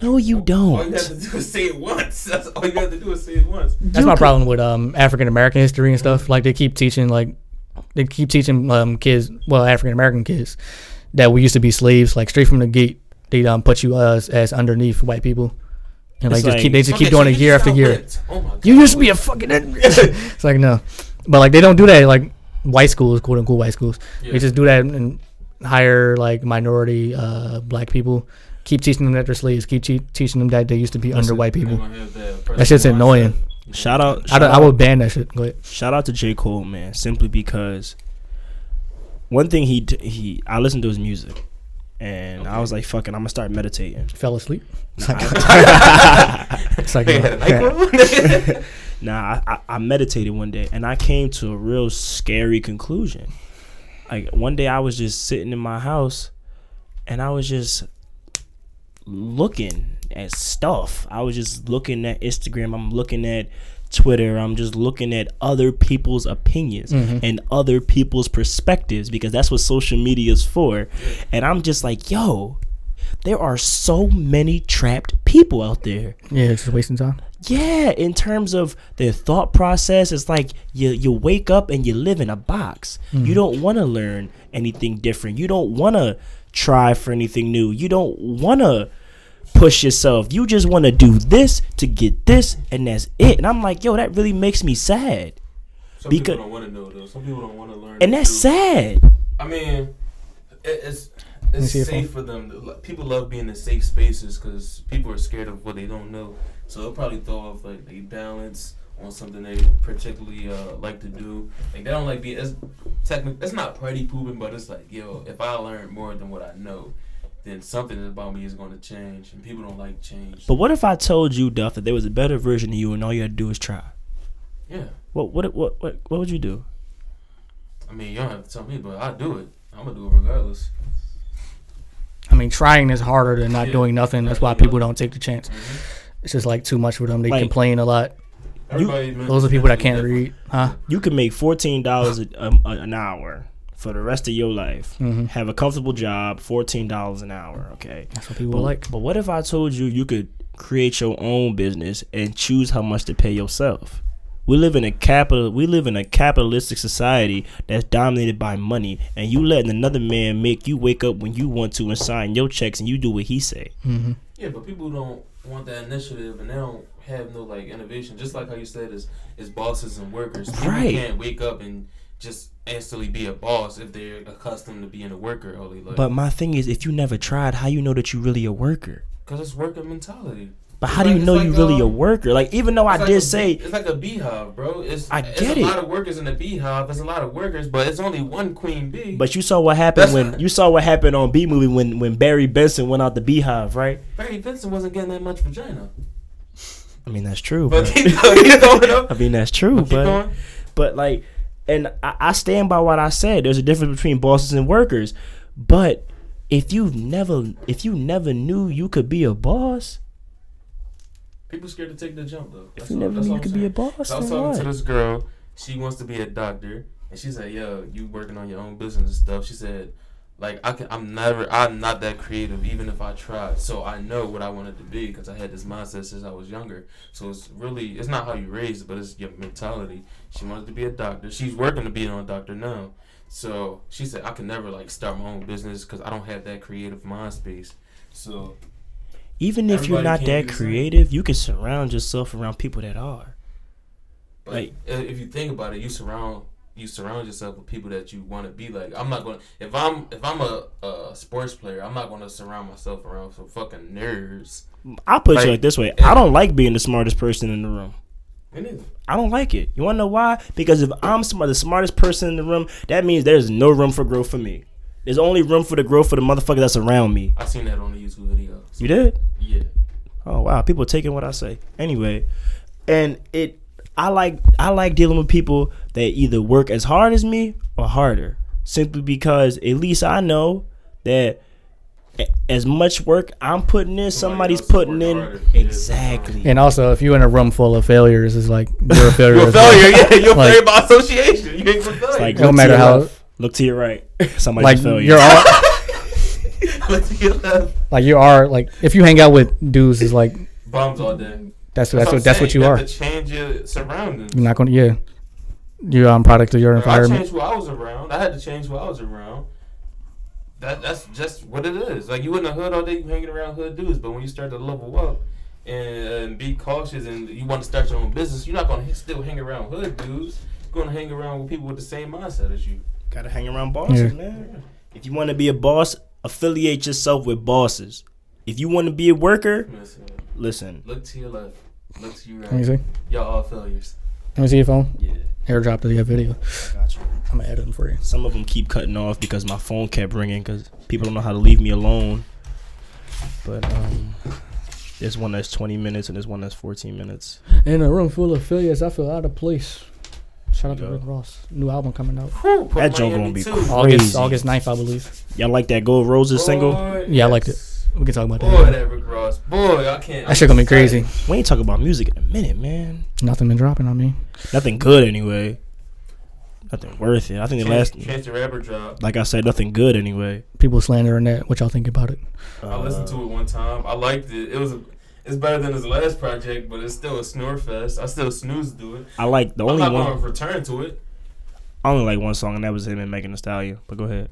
no you
all you have
don't
to do is say it once. That's all you have to do is say it once.
That's my problem with um African American history and stuff. Like they keep teaching like they keep teaching um kids, well African American kids, that we used to be slaves. Like straight from the gate, they um put you as as underneath white people, and
It's
like, just
like-
keep they just
Okay,
keep doing
so
it
you
year
just
after
got
year.
whipped. Oh my god.
You used to be a fucking. it's like no, but like they don't do that at, like white schools, quote unquote white schools.
Yeah.
They just do that and hire like minority uh, black people. Keep teaching them that they're slaves. Keep te- teaching them that they used to be under white
They
people.
gonna have
That shit's
oppressive
annoying.
mindset. You know?
Shout out,
I,
shout
don't- I
out,
would ban that shit. Go ahead.
shout out to J Cole, man. Simply because one thing he d- he, I listened to his music, and I was like, "Fucking, I'm gonna start meditating."
Fell asleep. It's like, it's like,
They had
no.
a mic room?
Nah, I, I, I meditated one day and I came to a real scary conclusion. Like one day I was just sitting in my house and I was just looking at stuff. I was just looking at Instagram, I'm looking at Twitter, I'm just looking at other people's opinions and other people's perspectives because that's what social media is for. And I'm just like, yo, there are so many trapped people out there.
yeah, it's just wasting time.
Yeah, in terms of their thought process, it's like you you wake up and you live in a box. You don't want to learn anything different. You don't want to try for anything new. You don't want to push yourself. You just want to do this to get this, and that's it. And I'm like, yo, that really makes me sad,
Some
Because-
people don't want to know though. Some people don't want to learn.
and that's
too.
sad.
I mean, it, it's
me
it's
see your
safe for them. to- like, People love being in safe spaces because people are scared of what they don't know. So they'll probably throw off like they balance on something they particularly uh, like to do. Like they don't like be as technical. It's not party pooping, but it's like yo, if I learn more than what I know, then something about me is going to change, and people don't like change.
But what if I told you, Duff, that there was a better version of you, and all you had to do is try?
yeah,
What what what what, what would you do?
I mean, you don't have to tell me, but I do it. I'm gonna do it regardless.
I mean, trying is harder than not
Yeah.
doing nothing. That's why
Absolutely.
people don't take the chance.
Mhm.
It's just like too much for them. They
Like-
complain a lot.
Everybody,
Those are people that can't read, huh?
you can make fourteen dollars um, a- an hour for the rest of your life.
Mm-hmm.
Have a comfortable job, fourteen dollars an hour. Okay,
That's what people like.
But what if I told you you could create your own business and choose how much to pay yourself? We live in a capital. We live in a capitalistic society that's dominated by money, and you letting another man make you wake up when you want to and sign your checks, and you do what he say.
Mm.
Yeah, but people don't want that initiative, and they don't have no like innovation. Just like how you said, is is bosses and workers. People
Right.
can't wake up and just instantly be a boss if they're accustomed to being a worker all their life.
But my thing is, if you never tried, how you know that you really a worker?
Cause it's worker mentality.
But
It's
how do
like-
you
it's
know
like,
you really a
um,
worker? Like even though I
It's like
did
a
say
bee- it's like a beehive, bro. It's
I get it.
it's a lot of workers in the beehive. It's a lot of workers, but it's only one queen bee.
But you saw what happened
That's-
when you saw what happened on B movie when when Barry Benson went out the Beehive, right?
Barry Benson wasn't getting that much vagina.
I mean that's true,
But
but,
keep going, keep going, though.
I mean that's true,
Keep
but
going.
but like, and I, I stand by what I said. There's a difference between bosses and workers, but if you never if you never knew you could be a boss,
People scared to take the jump though. That's
you
all-
never
that's
knew
all
you
I'm
could be a
saying.
boss,
So I was
then
talking to
what?
this girl. She wants to be a doctor, and she said, "Yo, you working on your own business and stuff." She said, "Like I can, I'm never, I'm not that creative, even if I tried. So I know what I wanted to be because I had this mindset since I was younger. So it's really, it's not how you raised, but it's your mentality. She wanted to be a doctor. She's working to be on a doctor now. So she said, I can never like start my own business because I don't have that creative mind space. So
even if you're
Everybody
not
can't
that
do the same.
creative, you can surround yourself around people that are.
But
Like-
i- if you think about it, you surround you surround yourself with people that you want to be like. I'm not going to if I'm if I'm a, a sports player, I'm not going to surround myself around some fucking nerds.
I'll put it
Like,
you like this way:
yeah.
I don't like being the smartest person in the room.
Me neither.
I don't like it. You wanna know why? Because if I'm smart, the smartest person in the room, that means there's no room for growth for me. There's only room for the growth for the motherfucker that's around me.
I seen that on a YouTube video. So,
You did?
yeah.
Oh wow, people taking what I say. Anyway, and it, I like I like dealing with people that either work as hard as me or harder, simply because at least I know that a- as much work I'm putting in,
Somebody
somebody's
else is
putting
working
in
harder. Yeah.
exactly.
And also, if you're in a room full of failures, it's like you're a failure.
You're a
as well.
failure. Yeah, you're a
Like-
failure by association. You ain't a failure.
Like
No
look to
matter
your
how-
left, look to your right, somebody's
Like
a failure.
you're all
Look to your left.
like you are like if you hang out with dudes, it's like
Bums all day.
that's that's
I'm
what that's what
saying.
you are.
have to change your surroundings.
You're not gonna yeah. You're on product of your
Bro, I
environment.
changed who I was around. I had to change who I was around. That that's just what it is. Like you in the hood all day, you hanging around hood dudes, but when you start to level up, and, and be cautious and you want to start your own business, you're not going to still hang around hood dudes. You're going to hang around with people with the same mindset as you.
Gotta hang around bosses,
Yeah.
man. If you want to be a boss, affiliate yourself with bosses. If you want to be a worker,
Listen,
listen.
look to your left. Look to your
Let me
right.
see.
Y'all all failures.
Let me see your phone.
Yeah,
Airdrop to your video.
gotcha.
I'm gonna edit them for you.
Some of them keep cutting off because my phone kept ringing because people don't know how to leave me alone. But um, there's one that's 20 minutes and there's one that's 14 minutes.
In a room full of affiliates, I feel out of place. Shout out
Yeah.
to Rick Ross. New album coming out.
Whew, put
That joint
Miami
gonna be
too.
crazy.
August August 9th, I believe.
Y'all like that Gold Roses single?
Boy,
Yeah, I liked
yes.
We can talk about
Boy,
that.
that Rick Ross. Boy, I can't.
That shit gonna be crazy.
We ain't talking about music in a minute, man.
Nothing been dropping on me.
Nothing good anyway. Nothing worth it. I think the
Chance,
last,
Chance the Rapper drop.
like I said, nothing good anyway. Uh,
People slandering that. What y'all think about it?
I listened to it one time. I liked it. It was a, it's better than his last project, but it's still a snore fest. I still snooze to it.
I like the
I'm
only
not
one.
gonna return to it.
I only like one song, and that was him and Megan Thee Stallion. But go ahead.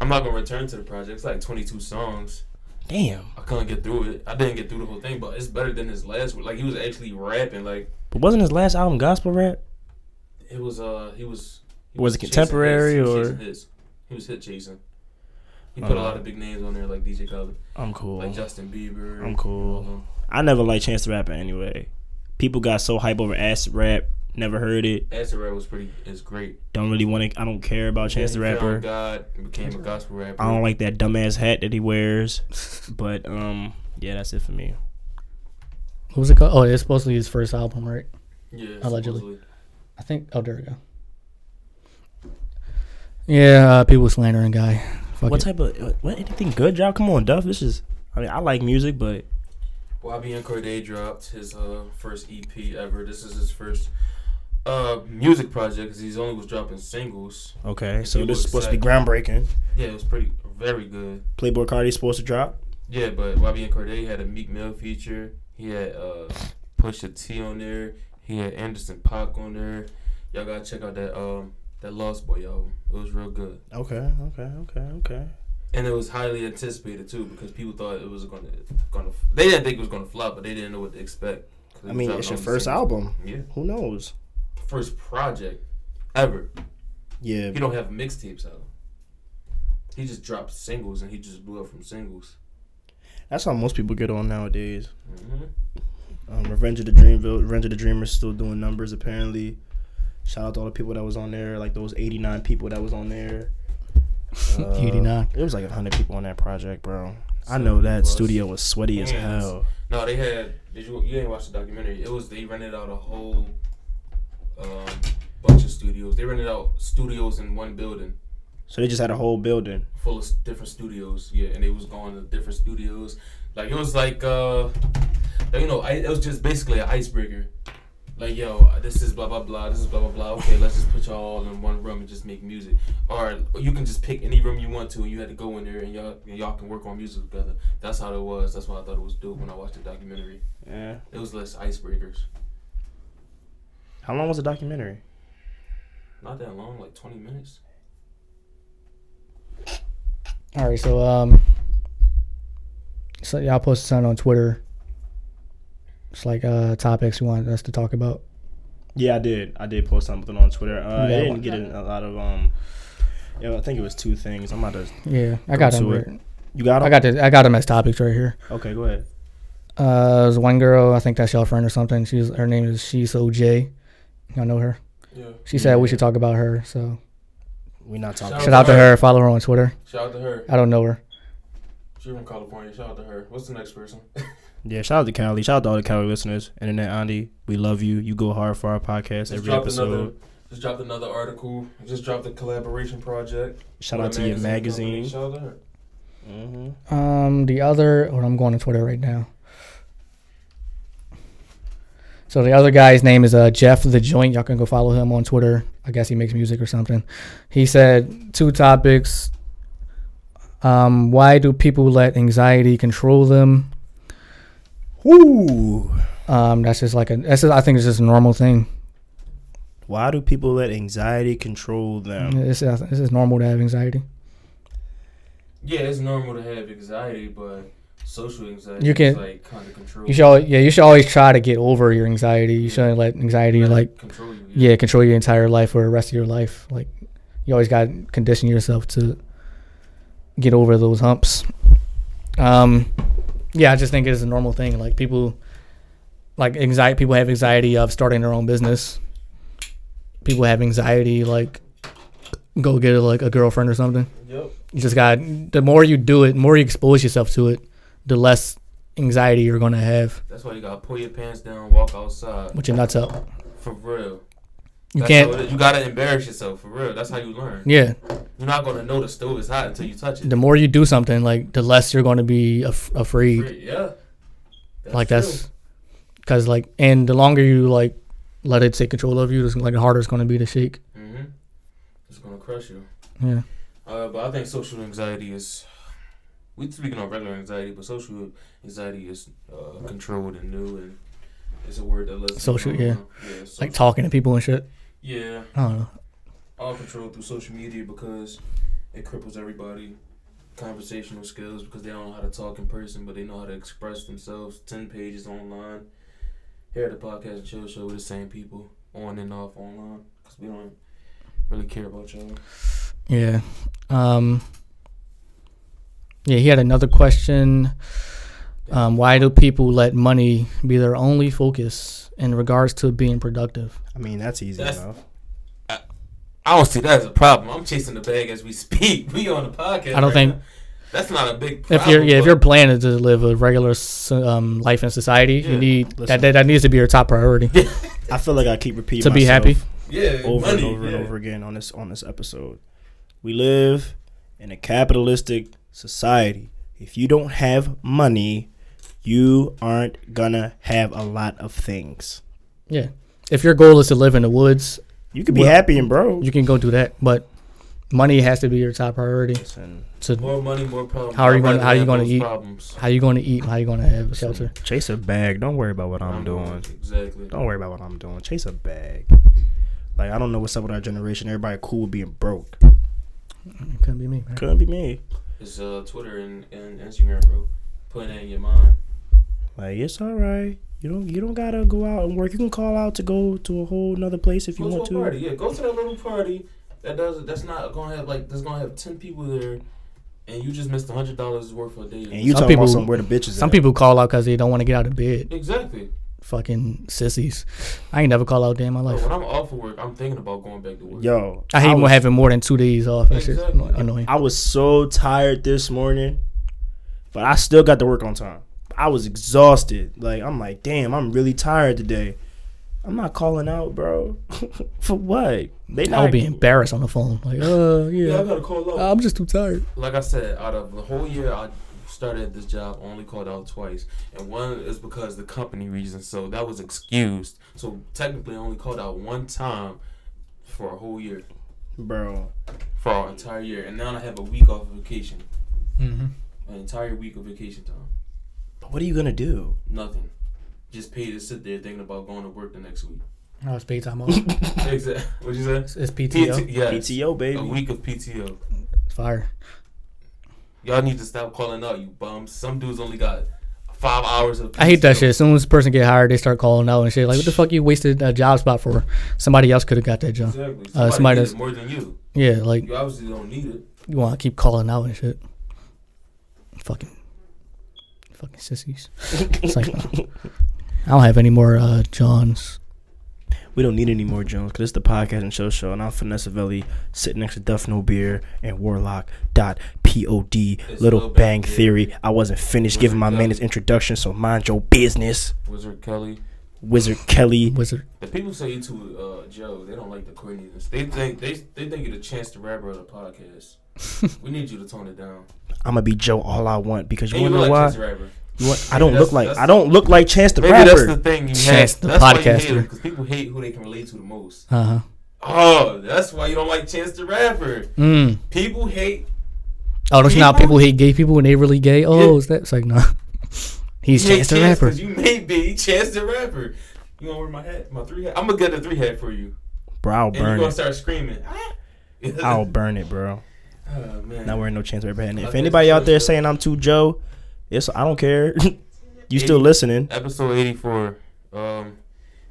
I'm not gonna return to the project. It's like 22 songs.
Damn.
I couldn't get through it. I didn't get through the whole thing, but it's better than his last. one. Like he was actually rapping. Like
But wasn't his last album gospel rap?
it was. Uh, he was. He
Was it
chasing
contemporary
hits. He was
or-
chasing hits. He was hit chasing. He put a
Uh-huh.
lot of big names on there, like DJ Khaled,
I'm cool.
like Justin Bieber. Um,
I'm cool.
all them.
I never liked Chance the Rapper anyway. People got so hype over acid rap. Never heard it.
Acid rap was pretty. It's great.
Don't really want to. I don't care about Chance the
He found
Rapper.
God became a gospel rapper.
I don't like that dumbass hat that he wears. But um, yeah, that's it for me.
What was it called? Oh, it's supposed to be his first album, right?
Yeah,
Allegedly.
supposedly.
I think. Oh, there we go. Yeah, uh, people slandering guy. Fuck
What
it.
type of what anything good job? Come on, Duff. This is. I mean, I like music, but
YBN Cordae dropped his uh, first EP ever. This is his first uh, music project because he's only was dropping singles.
okay. So
People
this is supposed to be
excited.
groundbreaking.
Yeah, it was pretty very good.
Playboy Cardi's supposed to drop.
Yeah, but YBN Cordae had a Meek Mill feature. He had uh, Pusha T on there. He had Anderson Pac on there. Y'all gotta check out that um that Lost Boy album. It was real good,
Okay, okay, okay, okay.
and it was highly anticipated too because people thought it was gonna gonna they didn't think it was gonna flop, but they didn't know what to expect. 'Cause
I
it
mean,
was
it's your
out on
first
singles.
album.
Yeah.
Who knows?
first project ever.
Yeah,
He don't have mixtapes out. He just dropped singles and he just blew up from singles.
that's how most people get on nowadays.
hmm
Um, Revenge of the Dreamville, Revenge of the Dreamers still doing numbers apparently. Shout out to all the people that was on there, like those eighty nine people that was on there. Uh,
89.
It was like hundred people on that project, bro. I
So
know that
it was.
studio was sweaty as
Yes.
hell.
No, they had. Did you? You ain't watch the documentary. It was they rented out a whole um, bunch of studios. They rented out studios in one building
So they just had a whole building.
full of s- different studios. Yeah, and they was going to different studios. Like it was like uh, like, you know, I, it was just basically an icebreaker. Like yo, this is blah blah blah. This is blah blah blah. Okay, let's just put y'all all in one room and just make music. Or you can just pick any room you want to, and you had to go in there, and y'all and y'all can work on music together. That's how it was. That's why I thought it was dope when I watched the documentary.
Yeah.
It was less icebreakers.
How long was the documentary?
Not that long, like twenty minutes.
All right, so um, so y'all posted something on Twitter. It's like uh topics you want us to talk about.
Yeah, I did. I did post something on Twitter. Uh, I
Yeah.
didn't get a lot of um. Yeah, I think it was two things. I'm about to.
Yeah, I got
Go
them.
to
right-
You got 'em?
I got the, I got them as topics right here.
Okay, go ahead.
Uh, there's one girl, I think that's y'all friend or something. She's her name is She's OJ. Y'all know her.
Yeah.
She said we should talk about her. So
We're not talking.
Shout
shout out to her. Follow her on Twitter.
Shout out to her.
I don't know her.
She from California. Shout out to her. What's the next person?
Yeah, shout out to Cali. Shout out to all the Cali listeners. Internet Andy, we love you. You go hard for our podcast
Just
every
dropped
episode.
another. Just dropped another article. Just dropped a collaboration project.
shout
with
out
a
to your
company.
magazine.
Shout out to her.
Mm-hmm.
Um, the other, or I'm going to Twitter right now. So the other guy's name is uh, Jeff the Joint. Y'all can go follow him on Twitter. I guess he makes music or something. He said two topics. Um, why do people let anxiety control them?
Mm-hmm. Woo!
Um, that's just like a. That's just, I think it's just a normal thing.
Why do people let anxiety control them?
It's, it's just normal to have anxiety.
Yeah, it's normal to have anxiety, but social anxiety.
You
is,
can-
like kind of control.
You should, always, yeah, you should always try to get over your anxiety. You shouldn't let anxiety
not
like
control you.
yeah control your entire life or the rest of your life. Like you always got to condition yourself to get over those humps. Um, yeah, I just think it's a normal thing. Like people, like anxiety. People have anxiety of starting their own business. People have anxiety like go get like a girlfriend or something.
Yep.
You just got the more you do it, more you expose yourself to it, the less anxiety you're gonna have.
That's why you gotta pull your pants down, walk outside
With your nuts up,
for real.
you
That's
can't.
how it is. you gotta embarrass yourself for real. That's how you learn.
Yeah,
You're not gonna know the stove is hot until you touch it.
the more you do something, like the less you're gonna be af- afraid.
Yeah.
like that's because like, and the longer you like let it take control of you, it's, like the harder it's gonna be to shake.
hmm It's gonna crush you.
Yeah,
Uh, but I think social anxiety is. We speaking on regular anxiety, but social anxiety is uh, controlled and new, and it's a word that lets
Social,
people
yeah.
know. yeah, social,
like talking to people and shit.
yeah,
I don't know.
all controlled through social media because it cripples everybody. Conversational skills because they don't know how to talk in person, but they know how to express themselves. Ten pages online. Here at the podcast and chill show, we're the same people on and off online because we don't really care about y'all.
Yeah. Um. Yeah, he had another question. Um, why do people let money be their only focus in regards to being productive?
I mean, that's easy
That's-
enough.
I don't see that as a problem. I'm chasing the bag as we speak. We on the podcast.
I don't
right
think-
now. that's not a big problem.
If you're yeah, if
but
your plan is to live a regular s- um, life in society,
Yeah,
you need
listen.
that, that that needs to be your top priority.
I feel like I keep repeating
To be
myself
happy?
yeah,
over
money,
and over
yeah.
and over again on this on this episode. We live in a capitalistic society. If you don't have money, you aren't gonna have a lot of things.
yeah. If your goal is to live in the woods,
You could be
Well,
happy and broke.
you can go do that, but money has to be your top priority.
Listen,
To
More money, more problems.
How are you
I'd
gonna-
rather
how are you
have
gonna
those
eat?
Problems.
how you going to eat, how you going to have shelter.
chase a bag. Don't worry about what I'm doing.
exactly.
Don't worry about what I'm doing. Chase a bag. Like I don't know what's up with our generation. Everybody cool with being broke.
It couldn't be me, man.
Couldn't be me.
It's uh, Twitter and, and Instagram, bro. Putting it in your mind.
Like it's all right. You don't you don't gotta go out and work. You can call out to go to a whole another place if you
go
want
to a
to.
party. Yeah, go to that little party. That does. That's not gonna have like. That's gonna have ten people there, and you just missed a hundred dollars worth of days.
And you
Some
talking
people-
about some where the bitches.
Some
at.
people call out because they don't want to get out of bed.
exactly.
Fucking sissies. I ain't never call out a day in my
Bro,
life.
when I'm off of work, I'm thinking about going back to work.
Yo,
I hate
was,
more having more than two days off. That shit's
Exactly.
annoying.
I was so tired this morning, but I still got to work on time. I was exhausted. Like I'm like, damn, I'm really tired today. I'm not calling out, bro. For what? They
I would be embarrassed on the phone. Like, uh,
Yeah, I
yeah,
gotta call
Oh.
up.
I'm just too tired.
like I said, out of the whole year I started this job, I only called out twice, and one is because the company reason, so that was excused. So technically, I only called out one time for a whole year,
bro.
for our entire year, and now I have a week off of vacation,
Mm-hmm.
an entire week of vacation time,
What are you gonna do?
nothing. Just paid to sit there thinking about going to work the next week.
No, it's paid time off.
Exactly. What'd you say?
It's PTO.
PT yes.
PTO, baby.
A week of PTO.
Fire.
Y'all need to stop calling out, you bums. Some dudes only got five hours of. PTO.
I hate that shit. As soon as a person get hired, they start calling out and shit. Like, what the fuck you wasted a job spot for? Somebody else could have got that job.
Exactly.
Uh,
Somebody
somebody
did
that's-
it more than you.
Yeah, like
You obviously don't need it.
you want to keep calling out and shit. Fucking, fucking sissies. It's like uh, I don't have any more uh, Johns.
We don't need any more Jones because it's the podcast and show show. And I'm Vanessa Velli sitting next to Duff No Beer and Warlock dot Pod Little
Lil
Bang
Bang
Theory. I wasn't finished giving my
Wizard
man his introduction, so mind your business.
Wizard Kelly.
Wizard Kelly.
Wizard.
The people say you too, uh, Joe. They don't like the corniness. They think they they think you're the chance to rapper of the podcast. we need you to tone it down.
I'ma be Joe all I want because you
And you
wanna know
look
why?
like Chance the Rapper.
You want, I don't
Maybe
look
that's-
like
that's-
I don't look like Chance the
Maybe
Rapper.
that's the thing you
Chance
have.
the
that's why you hate
podcaster.
because people hate who they can relate to the most.
Uh huh.
Oh, that's why you don't like Chance the Rapper.
Mm.
People hate.
Oh, don't you know how
People-
people hate gay people when they really gay? Oh,
Yeah.
is that? It's like nah. He's
you hate
Chance the rapper.
because you may be Chance the Rapper. You gonna wear my hat, my three hat? I'm gonna get the three hat for you,
bro, I'll
and you're
burn
gonna
it.
start screaming. "Ah!"
I'll burn it, bro.
oh man.
Not wearing no Chance the Rapper. hat. And if
Okay,
anybody
so
out there
it's, uh,
saying I'm too Joe, It's I don't care. you still listening?
Episode 84. Um, if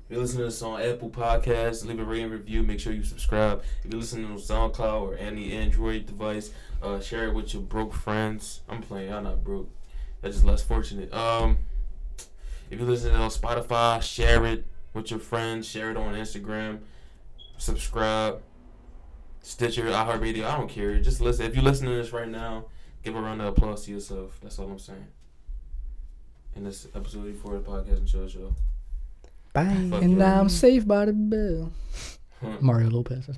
you're listening to this on Apple Podcasts, leave a rating and review. Make sure you subscribe. If you're listening on SoundCloud or any Android device, uh, share it with your broke friends. I'm playing. Y'all not broke. That's just less fortunate. Um, if you're listening on Spotify, share it with your friends. Share it on Instagram. Subscribe. Stitcher, iHeartRadio. I don't care. Just listen. If you're listening to this right now, give a round of applause to yourself. That's all I'm saying. And this is episode 84 of the Podcast and Chill Show.
Bye.
Fuck
And
yeah.
I'm safe by the bell. Mario Lopez.